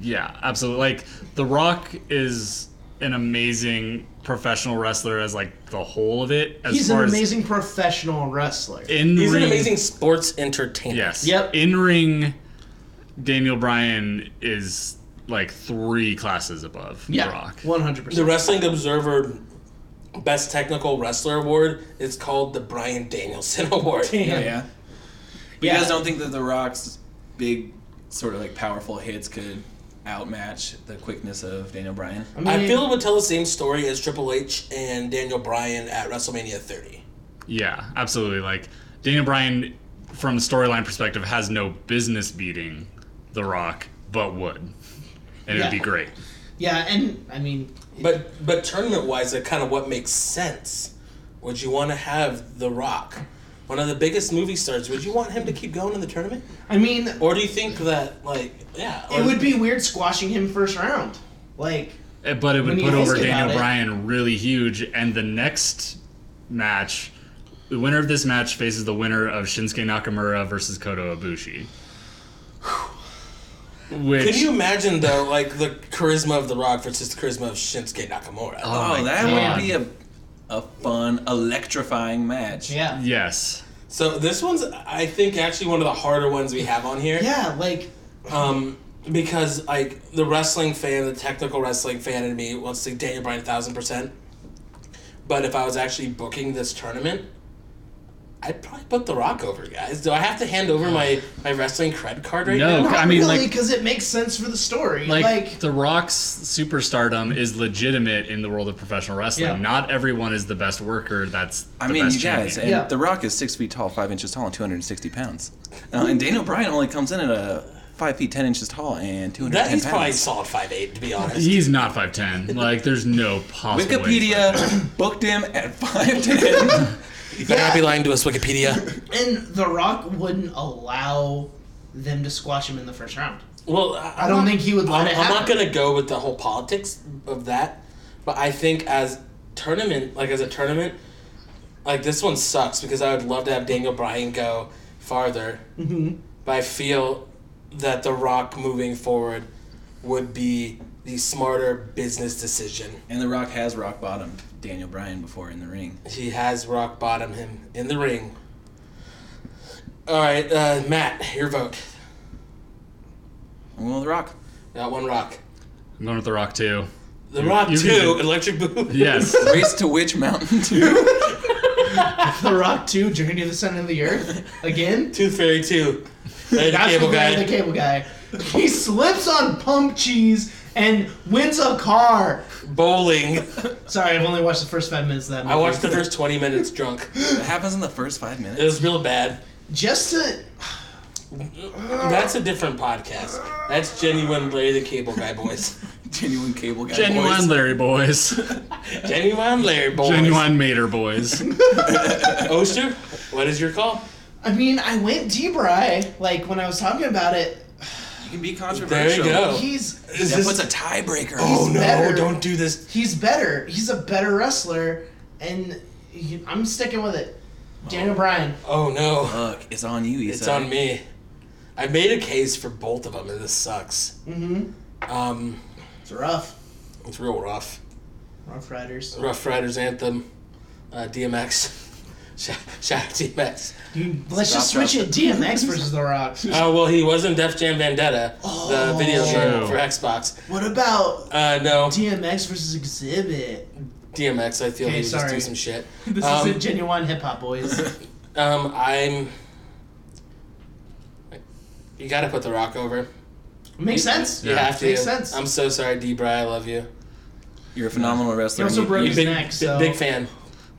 S5: Yeah, absolutely. Like The Rock is an amazing professional wrestler as like the whole of it. As
S2: He's
S5: far
S2: an
S5: as
S2: amazing professional wrestler.
S5: in
S3: He's
S5: ring,
S3: an amazing sports entertainer.
S5: Yes.
S2: Yep.
S5: In ring, Daniel Bryan is like three classes above The
S2: yeah,
S5: Rock.
S2: one hundred
S3: The
S2: percent.
S3: Wrestling Observer Best Technical Wrestler Award is called the Bryan Danielson Award.
S4: Oh, yeah. But
S2: Yeah.
S4: you guys don't think that the Rock's big, sort of like powerful hits could outmatch the quickness of Daniel Bryan?
S3: I feel it would tell the same story as Triple H and Daniel Bryan at WrestleMania 30.
S5: Yeah, absolutely. Like Daniel Bryan, from a storyline perspective, has no business beating The Rock, but would, and
S2: Yeah.
S5: it'd be great.
S2: Yeah, and I mean,
S3: But but tournament wise, that kind of what makes sense. Would you want to have The Rock, one of the biggest movie stars? Would you want him to keep going in the tournament,
S2: I mean,
S3: or do you think that like yeah, or-
S2: it would be weird squashing him first round. Like,
S5: Eh, But it
S2: When
S5: would
S2: you
S5: put
S2: think
S5: over
S2: about
S5: Daniel
S2: it-
S5: Bryan really huge, and the next match. The winner of this match faces the winner of Shinsuke Nakamura versus Kota Ibushi. Which,
S3: Can you imagine though, like the charisma of The Rock versus the charisma of Shinsuke Nakamura?
S5: my
S2: Uh-huh.
S4: Oh, that
S5: God.
S4: would be a, a fun, electrifying match.
S2: yeah,
S5: yes,
S3: So this one's, I think, actually one of the harder ones we have on here.
S2: yeah, like,
S3: Um, because like the wrestling fan, the technical wrestling fan in me wants to Daniel Bryan thousand percent. But if I was actually booking this tournament, I'd probably put The Rock over, guys. Do I have to hand over my my wrestling cred card right
S5: No.
S3: now?
S2: not
S5: I mean,
S2: really
S5: like-
S2: because it makes sense for the story.
S5: like,
S2: Like,
S5: the Rock's superstardom is legitimate in the world of professional wrestling.
S2: Yeah.
S5: Not everyone is the best worker. That's
S4: I
S5: the
S4: mean,
S5: best
S4: you guys,
S5: champion.
S4: and
S2: Yeah.
S4: The Rock is six feet tall, five inches tall, and 260 pounds. Uh, and Daniel Bryan only comes in at a five feet, 10 inches tall, and 210
S3: That he's
S4: pounds.
S3: probably solid five eight to be honest.
S5: He's not five ten. Like, there's no possible. way he's
S4: Wikipedia booked him at 5'10.
S3: You better not be lying to us, Wikipedia.
S2: and The Rock wouldn't allow them to squash him in the first round.
S3: well,
S2: I don't think he would let
S3: I'm,
S2: it
S3: I'm
S2: happen.
S3: not gonna go with the whole politics of that, but I think as tournament, like as a tournament, Like this one sucks because I would love to have Daniel Bryan go farther, mm-hmm. but I feel that The Rock moving forward would be the smarter business decision.
S4: And The Rock has rock bottomed Daniel Bryan before in the ring.
S3: He has rock bottom him in the ring. All right, uh, Matt, your vote.
S4: I'm going with The Rock.
S3: Got one rock.
S5: I'm going with The Rock too.
S3: The Rock
S5: you
S3: two,
S5: can-
S3: Electric Boogaloo.
S5: Yes.
S4: Race to which mountain to?
S2: The Rock 2, Journey to the Center of the Earth. Again?
S3: Tooth Fairy two. And
S2: That's
S3: Cable
S2: the guy,
S3: Guy.
S2: the cable guy. He slips on pump cheese and wins a car.
S3: Bowling.
S2: Sorry, I've only watched the first five minutes of that movie.
S3: I watched the first twenty minutes drunk.
S4: It happens in the first five minutes.
S3: It was real bad.
S2: Just to.
S3: That's a different podcast. That's genuine Larry the Cable Guy boys.
S4: Genuine cable guy.
S5: Genuine
S4: boys.
S5: Larry boys.
S3: Genuine Larry boys.
S5: Genuine Mater boys.
S3: Oster, what is your call?
S2: I mean, I went deep, Rye. Like, when I was talking about it,
S4: You can be
S3: There
S4: controversial.
S3: you go.
S2: he's.
S3: Is
S4: That
S3: this-
S4: puts a tiebreaker.
S3: oh no!
S2: better.
S3: Don't do this.
S2: He's better. He's a better wrestler, and he, I'm sticking with it. Daniel Bryan.
S3: Oh no!
S4: Look, it's on you, Issa.
S3: It's on me. I made a case for both of them, and this sucks. Mm-hmm. Um,
S2: It's rough.
S3: it's real rough.
S2: Rough Riders.
S3: Rough Riders anthem, uh, DMX. Shout, shout out DMX.
S2: Dude, let's just
S4: Stop,
S2: switch it. DMX versus The Rock.
S3: Oh well, he was in Def Jam Vendetta, the video game
S5: True.
S3: for Xbox.
S2: What about
S3: Uh, no,
S2: DMX versus Exhibit?
S3: DMX. I feel
S2: Okay,
S3: he was just
S2: sorry.
S3: do some shit.
S2: This
S3: Um,
S2: isn't genuine hip hop, boys.
S3: Um, I'm. You gotta put The Rock over.
S2: Makes sense.
S3: You
S5: Yeah.
S3: have to.
S2: Makes sense.
S3: I'm so sorry, D. Bry. I love you.
S4: You're a phenomenal wrestler.
S2: He also
S4: You-
S2: broke
S4: you-
S2: his
S3: Big,
S2: neck, so-
S3: big fan.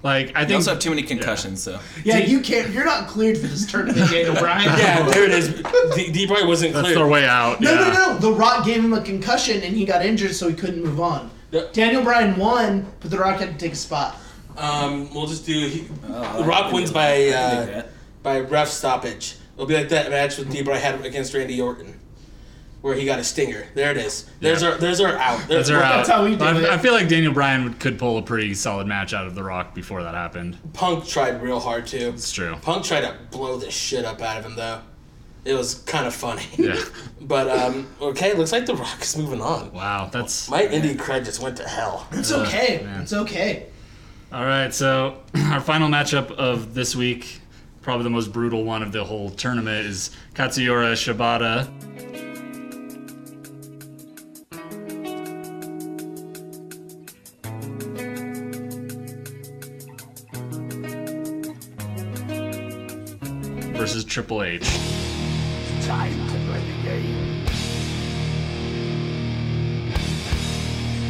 S5: Like I
S4: you
S5: think
S4: also have too many concussions, so.
S2: Yeah, you can't. You're not cleared for this tournament, Daniel Bryan.
S3: Yeah, there it is. D. D Bry wasn't
S5: that's
S3: clear.
S5: their way out.
S2: No,
S5: yeah.
S2: no, no. The Rock gave him a concussion, and he got injured, so he couldn't move on.
S3: Yep.
S2: Daniel Bryan won, but The Rock had to take a spot.
S3: Um, we'll just do. He,
S4: Oh, I
S3: Rock
S4: can
S3: wins
S4: do
S3: by
S4: that. I can do
S3: uh,
S4: that.
S3: by ref stoppage. It'll be like that match with D. Bry had against Randy Orton, where he got a stinger. There it is. There's our there's our out. There's
S5: That's our out.
S2: That's how we do
S5: I,
S2: it.
S5: I feel like Daniel Bryan would, could pull a pretty solid match out of The Rock before that happened.
S3: Punk tried real hard too.
S5: It's true.
S3: Punk tried to blow the shit up out of him though. It was kind of funny.
S5: Yeah.
S3: But um, okay, looks like The Rock is moving on.
S5: Wow. That's
S3: My indie cred just went to hell.
S2: It's okay.
S5: man.
S2: It's okay.
S5: all right. So our final matchup of this week, probably the most brutal one of the whole tournament, is Katsuyora Shibata. Versus Triple H.
S6: Time to play the game.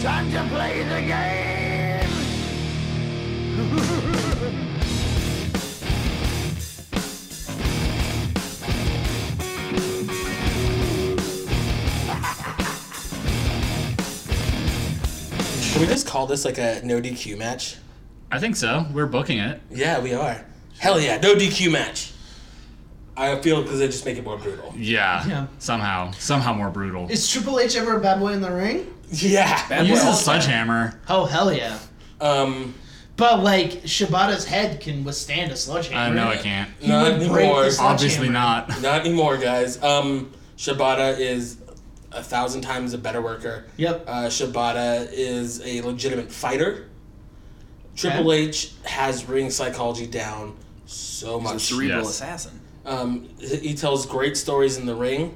S6: Time to play the game.
S3: Can we just call this like a no DQ match?
S5: I think so. We're booking it.
S3: Yeah, we are. Hell yeah, no DQ match. I feel because they just make it more brutal.
S5: Yeah.
S2: Yeah.
S5: Somehow. Somehow more brutal.
S2: Is Triple H ever a bad boy in the ring?
S3: Yeah.
S5: He uses
S4: Well,
S5: a sledgehammer.
S2: Oh hell yeah!
S3: Um.
S2: But like Shibata's head can withstand a
S5: I
S2: sledgehammer.
S5: know I can't.
S3: Not
S2: would break
S3: anymore.
S2: this-
S5: Obviously
S2: Sledgehammer.
S5: not.
S3: Not anymore, guys. Um, Shibata is a thousand times a better worker.
S2: Yep.
S3: Uh, Shibata is a legitimate fighter. Triple H has ring psychology down so
S4: He's a
S3: much.
S4: cerebral
S5: Yes.
S4: assassin.
S3: Um, he he tells great stories in the ring,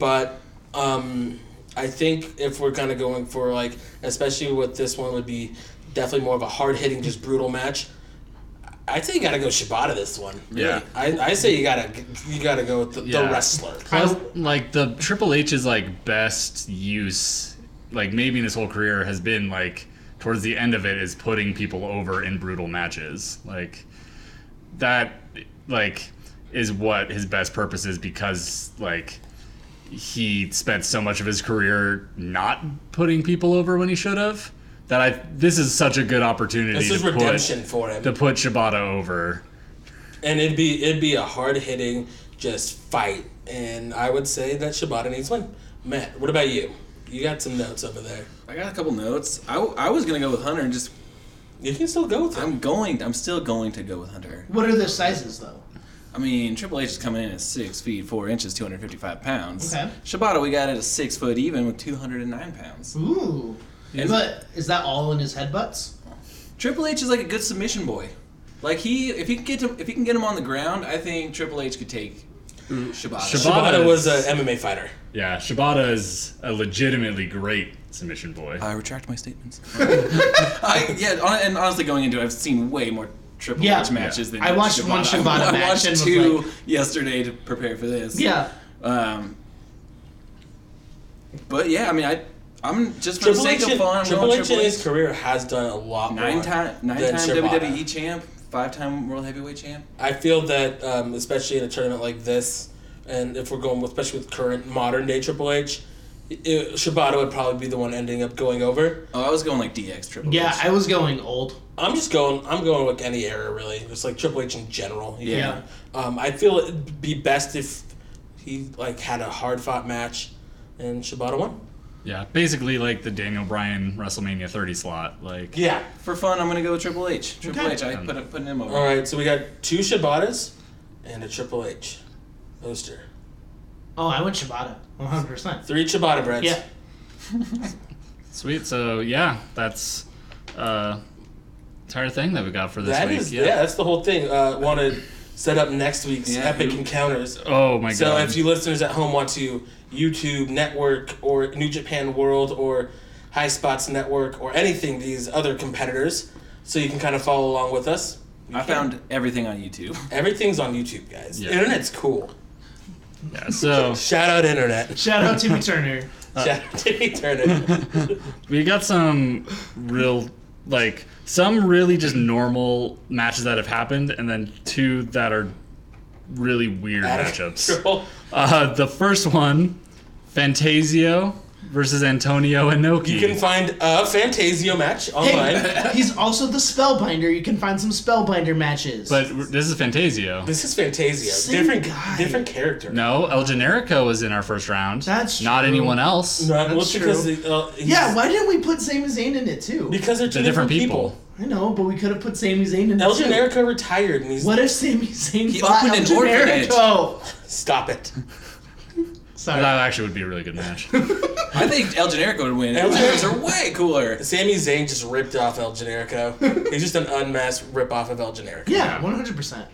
S3: but um, I think if we're kind of going for like, especially with this one, would be definitely more of a hard hitting, just brutal match. I'd say you gotta go Shibata this one.
S5: Yeah.
S3: I, I say you gotta you gotta go with the,
S5: Yeah.
S3: the wrestler.
S5: Plus, like the Triple H's like best use, like maybe in his whole career, has been like towards the end of it is putting people over in brutal matches. Like that, like is what his best purpose is because like he spent so much of his career not putting people over when he should have. That I this is such a good opportunity
S3: This
S5: to
S3: is
S5: put
S3: redemption for him,
S5: to put Shibata over.
S3: and it'd be it'd be a hard hitting just fight. And I would say that Shibata needs one. Matt, what about you? You got some notes over there.
S4: I got a couple notes. I, w- I was gonna go with Hunter and just
S3: You can still go with him.
S4: I'm going. I'm still going to go with Hunter.
S2: What are their sizes though?
S4: I mean, Triple H is coming in at six feet four inches, 255 pounds.
S2: Okay.
S4: Shibata, we got it at six foot even with 209 pounds.
S2: Ooh.
S4: Is-
S2: but is that all in his headbutts?
S4: Triple H is like a good submission boy. Like he, if he can get him, if he can get him on the ground, I think Triple H could take Shibata.
S5: Shibata-
S3: Shibata was an MMA fighter.
S5: Yeah, Shibata is a legitimately great submission boy.
S4: I retract my statements. I, yeah, hon- and honestly, going into it, I've seen way more Triple
S2: Yeah.
S4: H matches than
S2: I watched one Shibata
S4: I
S2: match
S4: watched
S2: and was
S4: two
S2: like-
S4: yesterday to prepare for this.
S2: Yeah.
S4: Um, but yeah, I mean, I, I'm just for
S3: Triple
S4: the
S3: H,
S4: sake
S3: in,
S4: of fun. I'm
S3: Triple
S4: going
S3: H in his career has done a lot
S4: nine
S3: more
S4: time, nine
S3: than
S4: time
S3: Shibata.
S4: WWE champ, five time world heavyweight champ.
S3: I feel that, um, especially in a tournament like this, and if we're going, with, especially with current modern day Triple H, it, Shibata would probably be the one ending up going over.
S4: Oh, I was going like DX Triple
S2: Yeah,
S4: H.
S2: I was going old.
S3: I'm just going. I'm going with any era really, just like Triple H in general. you
S4: Yeah.
S3: know? Um, I feel it'd be best if he like had a hard fought match, and Shibata won.
S5: Yeah, basically like the Daniel Bryan WrestleMania 30 slot. Like,
S3: Yeah.
S4: for fun, I'm gonna go with Triple H. Triple
S2: Okay.
S4: H, I put put him over.
S3: All right. So we got two Shibatas, and a Triple H, poster.
S2: Oh, I went Shibata. 100%.
S3: Three Shibata breads.
S2: Yeah.
S5: sweet. So, yeah, that's uh entire thing that we got for this
S3: That
S5: week.
S3: is yeah. That's the whole thing. Uh, want to set up next week's
S4: Yeah,
S3: epic
S4: who-
S3: encounters.
S5: Oh my
S3: So
S5: god.
S3: if you listeners at home want to YouTube network or New Japan World or High Spots Network or anything these other competitors, so you can kind of follow along with us.
S4: I found everything on YouTube.
S3: Everything's on YouTube, guys.
S5: Yeah.
S3: Internet's cool.
S5: yeah, so
S3: Shout out internet.
S2: Shout out Timmy Turner.
S3: Shout out to internet.
S5: we got some real like some really just normal matches that have happened and then two that are really weird
S3: Out of
S5: matchups.
S3: control.
S5: Uh the first one, Fantasio versus Antonio Inoki.
S3: You can find a Fantasio match online.
S2: Hey, he's also the Spellbinder. You can find some Spellbinder matches.
S5: but this is Fantasio.
S3: This is Fantasio.
S2: Same
S3: different
S2: guy.
S3: different character.
S5: No, El Generico was in our first round.
S2: That's
S5: not
S2: true.
S5: anyone else.
S3: No, well,
S2: That's
S3: because
S2: true.
S3: the, uh, he's-
S2: yeah, why didn't we put Sami Zayn in it too?
S3: Because they're two
S5: The
S3: different,
S5: different
S3: people.
S5: people.
S2: I know, but we could have put Sami Zayn in
S3: El
S2: it too.
S3: Generico retired and he's
S2: What if Sami Zayn
S4: He
S2: fought El
S4: opened an orphanage.
S2: Generico?
S3: stop it.
S2: Sorry.
S5: That actually would be a really good match.
S4: I think El Generico would win.
S3: El
S4: El
S3: Generico-
S4: Generico's are way cooler.
S3: Sami Zayn just ripped off El Generico. He's just an unmasked rip off of El Generico.
S2: yeah, one hundred percent.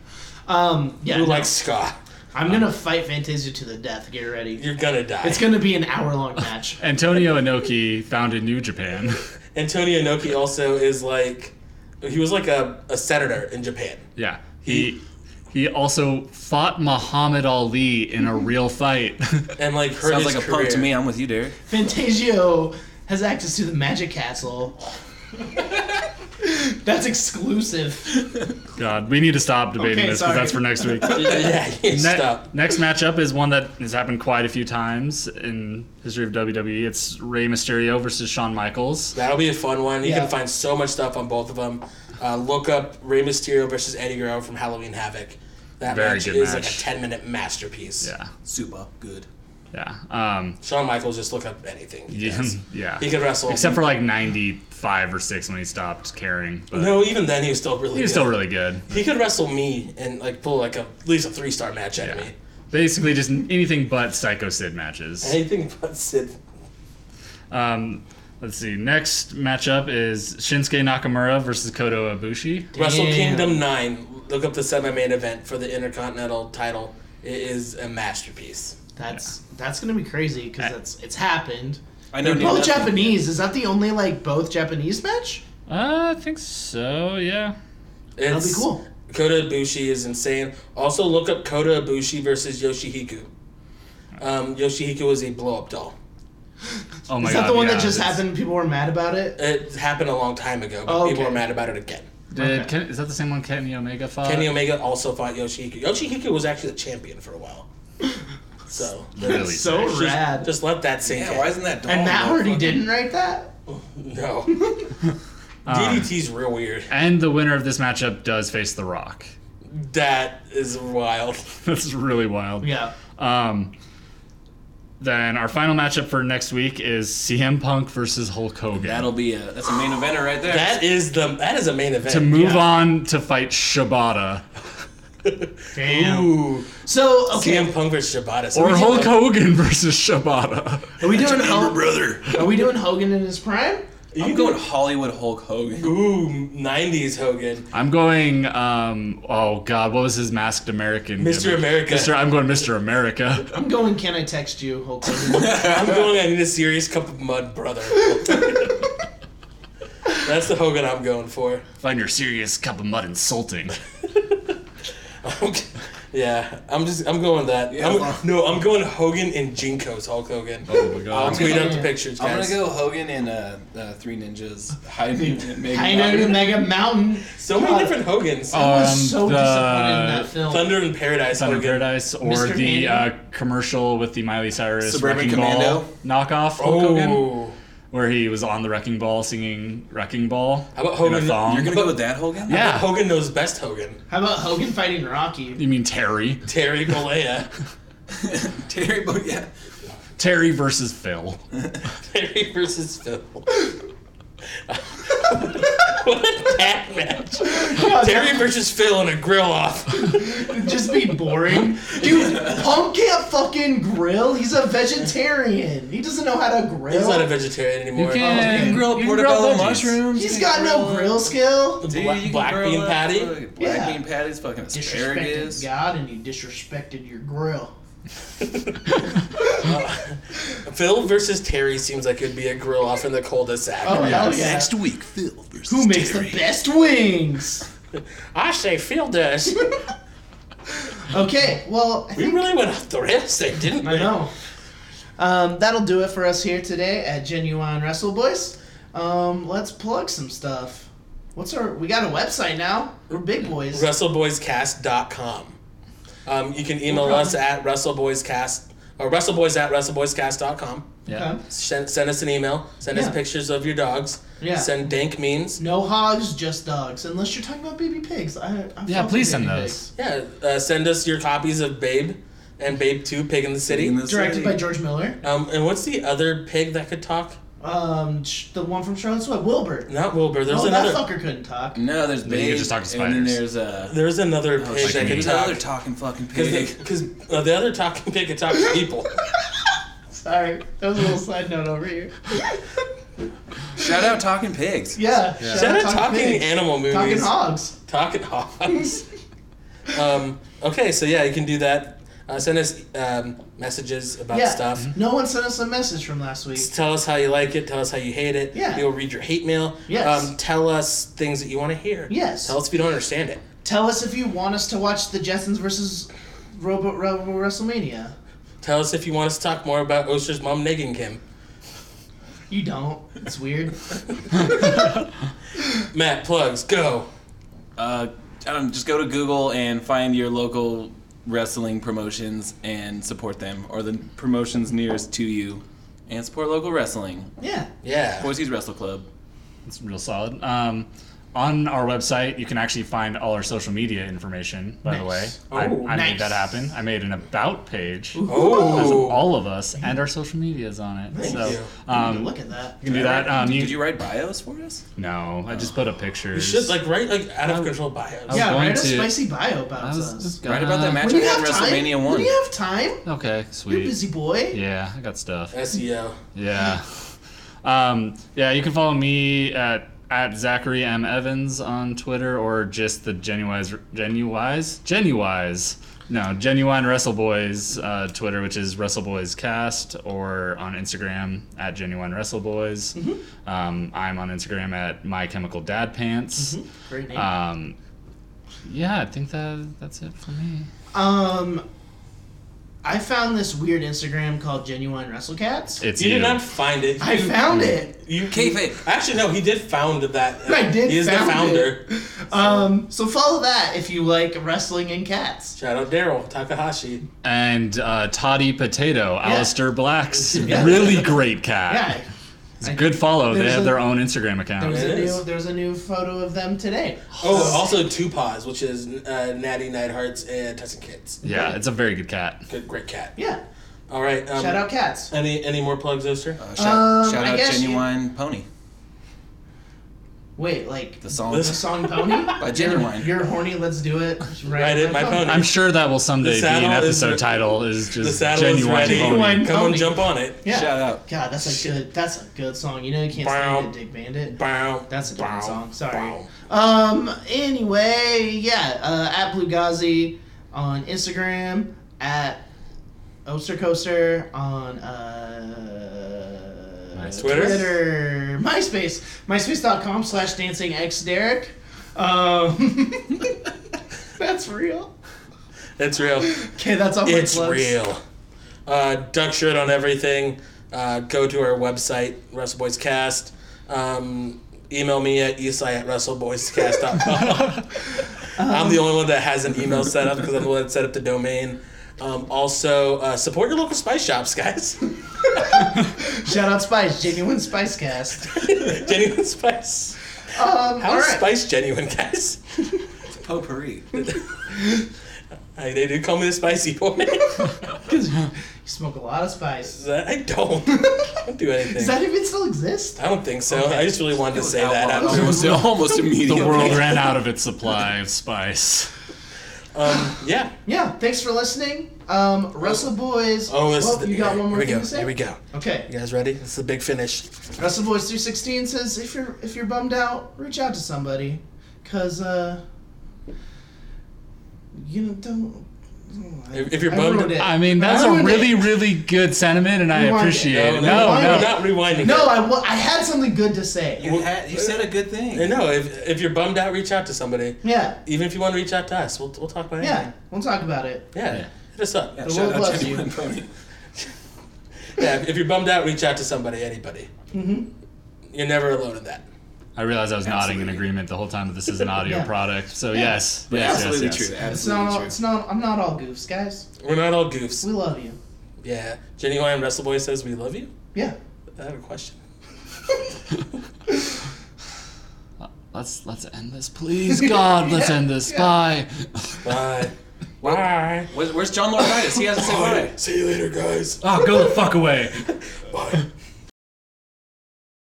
S2: Um, yeah,
S3: Who
S2: no,
S3: likes ska?
S2: I'm gonna fight Fantasia to the death. Get ready.
S3: You're gonna die.
S2: It's gonna be an hour long match.
S5: Antonio Inoki founded New Japan.
S3: Antonio Inoki also is like, he was like a, a senator in Japan.
S5: Yeah, he he also fought Muhammad Ali in a real fight.
S3: And like, hurt
S4: Sounds
S3: his
S4: like a
S3: career.
S4: punk to me. I'm with you, Derek.
S2: Fantasio has access to the Magic Castle. That's exclusive.
S5: God, we need to stop debating
S2: Okay,
S5: this
S2: sorry.
S5: because that's for next week. Ne-
S3: yeah, yeah, stop.
S5: next matchup is one that has happened quite a few times in history of WWE. It's Rey Mysterio versus Shawn Michaels.
S3: That'll be a fun one. You
S2: Yeah.
S3: can find so much stuff on both of them. Uh, look up Rey Mysterio versus Eddie Guerrero from Halloween Havoc. That
S5: Very
S3: match
S5: good
S3: is like a
S5: match.
S3: 10 minute masterpiece.
S5: Yeah,
S4: Super good.
S5: yeah, um,
S3: Shawn Michaels, just look up anything. He
S5: yeah,
S3: does.
S5: yeah.
S3: He could wrestle.
S5: Except for like '95 or six when he stopped caring, but
S3: No, even then he was still really
S5: he was
S3: good.
S5: still really good.
S3: He could wrestle me and like pull like a at least a three star match out
S5: Yeah.
S3: of me.
S5: Basically, just anything but Psycho Sid matches.
S3: Anything but Sid.
S5: Um, let's see. Next matchup is Shinsuke Nakamura versus Kodo Ibushi.
S3: Wrestle Kingdom nine. Look up the semi main event for the Intercontinental title. It is a masterpiece.
S2: That's that's gonna be crazy because that's it's happened.
S4: I know.
S2: They're both
S4: nothing.
S2: Japanese. Is that the only like both Japanese match?
S5: Uh, I think so. Yeah.
S3: It's,
S2: That'll be cool.
S3: Kota Ibushi is insane. Also look up Kota Ibushi versus Yoshihiku. Um, Yoshihiku was a blow up doll.
S5: Oh my
S2: Is
S5: god.
S2: that the one
S5: yeah,
S2: that just
S5: it's-
S2: happened? People were mad about it.
S3: It happened a long time ago, but
S2: Oh,
S3: people
S2: okay. Uh,
S3: are mad about it again.
S5: Did
S2: Okay.
S5: Ken, is that the same one Kenny Omega fought?
S3: Kenny Omega also fought Yoshihiku. Yoshihiku was actually the champion for a while. So
S5: Really
S2: so
S5: sick.
S2: rad.
S3: just let that sink
S4: Yeah,
S3: in.
S4: why isn't that? Dog
S2: and that
S4: more
S2: already
S4: fucking-
S2: didn't write that.
S3: No. DDT's real weird.
S5: And the winner of this matchup does face The Rock.
S3: That is wild.
S5: That's really wild.
S2: Yeah.
S5: Um, Then our final matchup for next week is CM Punk versus Hulk Hogan.
S4: That'll be a that's a main eventer right there.
S3: That is the that is a main event.
S5: to move on to fight Shibata
S2: Damn.
S3: Ooh,
S2: So okay,
S3: CM Punk versus Shibata. So
S5: or
S3: we-
S5: Hulk Hogan versus Shibata.
S2: are we doing Hogan?
S4: brother.
S2: Are we doing Hogan in his prime?
S4: I'm going Hollywood Hulk Hogan.
S3: Ooh, '90s Hogan.
S5: I'm going. Um, oh God, what was his masked American?
S3: Mr.
S5: gimmick?
S3: America.
S5: Mr. I'm going Mr. America.
S2: I'm going. Can I text you, Hulk Hogan?
S3: I'm going. I need a serious cup of mud, brother. That's the Hogan I'm going for.
S5: Find your serious cup of mud insulting.
S3: Okay. Yeah, I'm just I'm going that. I'm-
S4: well-
S3: no, I'm going Hogan and Jinko's Hulk Hogan.
S5: Oh my God.
S3: I'll tweet out the pictures,
S4: I'm
S3: guys.
S4: gonna go Hogan and uh, uh, Three Ninjas. Hiding in Megan
S2: I know
S4: Mountain.
S2: the Mega Mountain.
S3: So many different Hogans.
S2: I
S5: Um,
S2: was so
S5: the-
S2: disappointed in that film.
S3: Thunder in Paradise
S5: Thunder
S3: Hogan.
S5: Paradise or
S2: Mr.
S5: the
S2: Manning?
S5: uh, commercial with the Miley Cyrus
S4: Suburban
S5: Wrecking
S4: Commando?
S5: Ball knockoff Hulk Hogan,
S3: Oh,
S5: where he was on the Wrecking Ball singing Wrecking Ball.
S3: How about
S5: in a
S3: Hogan-
S5: thong.
S4: You're gonna go with that Hogan?
S5: yeah.
S3: Hogan knows best Hogan.
S2: How about Hogan fighting Rocky?
S5: You mean Terry?
S3: Terry Bollea.
S4: Terry, Bo- yeah.
S5: Terry versus Phil.
S3: Terry versus Phil. what a cat match. Terry versus Phil in a grill off.
S2: It'd just be boring. Dude, Punk can't fucking grill. He's a vegetarian. He doesn't know how to grill.
S3: He's not a vegetarian anymore.
S5: can
S4: Grill
S5: you can
S4: portobello
S5: veggies.
S4: mushrooms.
S2: He's
S4: you
S2: got
S4: can
S2: no
S4: grill-
S2: grill skill.
S4: Dude,
S3: Bla-
S4: you can
S3: black
S4: grill
S3: bean
S4: up
S3: patty?
S4: fucking Black
S2: Yeah.
S4: bean patties, fucking asparagus.
S2: Disrespected God and you disrespected your grill.
S3: Uh, Phil versus Terry seems like it'd be a grill off in the cul-de-sac.
S2: Oh, hell yeah.
S8: week, Phil versus
S2: Who makes the best wings?
S3: I say Phil does.
S2: Okay, well, I
S3: we
S2: think
S3: really went off the rails there, didn't we?
S2: I know. Um, that'll do it for us here today at Genuine Wrestle Boys. Um, let's plug some stuff. What's our? We got a website now. We're big boys.
S3: WrestleBoysCast.com. Um, you can email us at WrestleBoysCast or WrestleBoys at WrestleBoysCast.com.
S5: Yeah.
S3: Send, send us an email. Send us
S2: Yeah.
S3: pictures of your dogs.
S2: Yeah.
S3: Send dank memes.
S2: No hogs, just dogs. Unless you're talking about baby pigs. I, I
S5: Yeah,
S2: fuck
S5: please
S2: with
S5: send
S2: baby
S5: those.
S2: pigs.
S3: Yeah. Uh, send us your copies of Babe and Babe 2, Pig in the City.
S4: In the
S2: Directed
S4: city.
S2: by George Miller.
S3: um, and what's the other pig that could talk?
S2: Um, sh- the one from Charlotte's Web, Wilbur.
S3: Not Wilbur. There's
S2: oh,
S3: another.
S2: that fucker couldn't talk.
S4: No, there's
S5: you
S4: babe,
S5: just talk to
S4: and then
S5: spiders.
S4: there's uh,
S3: There's another pig
S4: shit,
S3: that could
S4: there's
S3: talk.
S4: another talking fucking pig.
S3: Because uh, the other talking pig could talk to people.
S2: Sorry, that was a little side note over here.
S4: Shout out talking pigs.
S2: Yeah, shout
S3: Instead
S2: out
S3: of talking
S2: pigs.
S3: animal movies,
S2: Talking hogs.
S3: talking hogs. um, okay, so yeah, you can do that. Uh, send us um, messages about
S2: Yeah.
S3: stuff.
S2: No one sent us a message from last week.
S3: Tell us how you like it. Tell us how you hate it.
S2: Yeah.
S3: We'll read your hate mail.
S2: Yes.
S3: Um, tell us things that you want to hear.
S2: Yes.
S3: Tell us if you don't understand it.
S2: Tell us if you want us to watch the Jetsons versus Robo, Robo WrestleMania.
S3: Tell us if you want us to talk more about Oster's mom nagging him.
S2: You don't. It's weird.
S3: Matt, plugs, go.
S4: Uh, I don't know, just go to Google and find your local wrestling promotions and support them, or the promotions nearest to you, and support local wrestling.
S2: Yeah.
S3: Yeah.
S4: Boise's Wrestle Club.
S5: It's real solid. Um, on our website, you can actually find all our social media information. By the way,
S2: Nice.
S5: I,
S3: Oh,
S5: I
S2: nice.
S5: made that happen. I made an about page. Has
S3: Oh.
S5: all of us and our social medias on it.
S2: Thank
S5: so
S3: you.
S5: Um, you
S2: Look at that.
S5: can do that. Um, you,
S4: Did you write bios for us?
S5: no, I just put a picture.
S3: You should, like, write, like, out of control bios.
S5: was
S2: Oh. Yeah,
S5: going
S2: write a
S5: to-
S2: spicy bio about
S5: I was
S2: us.
S5: just
S4: Write about that
S5: gonna-
S4: match
S2: Uh, When
S4: I
S2: you
S4: had
S2: have
S4: in
S2: time,
S4: WrestleMania
S2: when
S4: One.
S2: you have time,
S5: Okay, sweet.
S2: you're busy boy.
S5: Yeah, I got stuff.
S3: SEO.
S5: Yeah. Um, yeah, you can follow me at at Zachary M. Evans on Twitter or just the Genuwise Genuwise? Genuwise. No, Genuine Wrestle Boys uh, Twitter, which is Wrestle Boys Cast, or on Instagram at Genuine Wrestle Boys.
S3: Mm-hmm.
S5: Um, I'm on Instagram at My Chemical Dad
S3: Mm-hmm.
S5: Pants.
S2: Great name.
S5: Um, yeah, I think that that's it for me.
S2: um, I found this weird Instagram called Genuine WrestleCats.
S5: It's
S3: You
S5: you.
S3: did not find it.
S2: I
S3: You-
S2: found it.
S3: You
S4: Kayfabe.
S3: Actually, no, he did found that.
S2: I did
S3: He is
S2: found
S3: the founder.
S2: Um, so follow that if you like wrestling and cats.
S3: Shout out Daryl Takahashi.
S5: and uh, Toddy Potato, Alistair Black's
S2: Yeah.
S5: really great cat.
S2: Yeah.
S5: It's a good follow. They
S2: There's
S5: have
S2: a-
S5: their own Instagram account.
S2: There's a
S3: It is.
S2: new there's a new photo of them today.
S3: Oh, also Two Paws, which is uh, Natty Neidhart's and Tussin Kids.
S5: yeah, it's a very good cat.
S3: Good, great cat.
S2: Yeah.
S3: All right. Um,
S2: Shout out cats.
S3: Any any more plugs, Oster?
S4: Uh, shout,
S2: Um,
S4: shout
S2: I
S4: out
S2: guess you-
S4: Genuine Pony,
S2: Wait, like
S4: the song
S2: the song Pony?
S4: by Genuine.
S2: You're horny, let's do it.
S3: Right at my pony.
S5: I'm sure that will someday be an
S3: saddle is
S5: episode
S3: re-
S5: title. Is
S3: the
S5: just
S3: saddle is
S5: genuine.
S3: ready.
S5: Pony.
S2: Genuine.
S3: Come
S2: Pony.
S3: and jump on it.
S2: Yeah.
S4: Shout out.
S2: God, that's a good that's a good song. You know you can't stand
S3: Bow.
S2: it, Dick Bandit.
S3: Bow.
S2: That's a
S3: bow,
S2: different song. Sorry.
S3: bow.
S2: Um. Anyway, yeah. Uh, at Blugazi on Instagram. At Ostercoaster on uh,
S5: Nice.
S3: Twitter?
S2: Twitter. MySpace. MySpace.com slash dancing x Derek. Um, that's real.
S3: It's real.
S2: Okay, that's all my
S3: It's
S2: plugs.
S3: real. Uh, duck shirt on everything. Uh, go to our website, WrestleBoysCast. Um, email me at esai at WrestleBoysCast.com. I'm the only one that has an email set up because I'm the one that set up the domain. Um, also, uh, support your local spice shops, guys.
S2: Shout out Spice, genuine Spice Cast.
S3: genuine spice.
S2: Um,
S3: How
S2: all
S3: is
S2: right.
S3: spice genuine, guys?
S4: Potpourri.
S3: I, they do call me the spicy boy.
S2: You smoke a lot of spice.
S3: I don't. I don't do anything.
S2: Does that even still exist?
S3: I don't think so. I just really wanted to say that.
S4: Outlawed
S3: After.
S4: Almost, almost immediately.
S5: The world ran out of its supply of spice.
S3: Um, yeah.
S2: Yeah, thanks for listening. Um, Russell Boys.
S3: Oh, this
S2: well,
S3: is the,
S2: you got one more
S3: here we
S2: thing
S3: go.
S2: to say?
S3: Here we go.
S2: Okay.
S3: You guys ready? This is the big finish.
S2: Russell Boys 316 says if you're if you're bummed out, reach out to somebody, cause uh, you know don't.
S3: If, if you're
S2: I
S3: bummed,
S2: ruined it.
S5: I mean, that's a
S2: ruined
S5: really, really good sentiment, and I
S2: Rewind it.
S5: appreciate
S3: no,
S5: it.
S3: no,
S5: No,
S3: we're
S5: no.
S3: not rewinding.
S2: No,
S3: it.
S2: I, wa- I had something good to say.
S4: You, had, you said a good thing.
S3: And no. If, if you're bummed out, reach out to somebody.
S2: Yeah,
S3: Even if you want to reach out to us, we'll, we'll talk about
S2: yeah.
S3: anything.
S2: We'll talk about it.
S3: Yeah. Yeah. Hit us up.
S4: Yeah,
S2: The
S4: shout
S2: world
S4: out
S2: loves
S4: Genuine Pony.
S3: Yeah. If you're bummed out, reach out to somebody, anybody. Mm-hmm. You're never alone in that.
S5: I realize I was nodding in
S4: Absolutely.
S5: agreement the whole time that this is an audio
S2: Yeah.
S5: product. So yes,
S4: But
S5: yes,
S4: absolutely
S5: yes, yes.
S4: true.
S2: It's not.
S4: Absolutely
S2: All,
S4: true.
S2: it's not. I'm not all goofs, guys.
S3: We're not all goofs.
S2: We love you.
S3: Yeah. Jenny Wine Wrestleboy says we love you.
S2: Yeah.
S3: I have a question.
S5: Let's let's end this, please, God. Let's end this. Bye.
S3: Bye. Bye.
S2: Oh,
S4: Where's, where's John Laurinaitis? He hasn't said hi.
S3: See you later, guys.
S5: Oh, go the fuck away.
S3: Bye.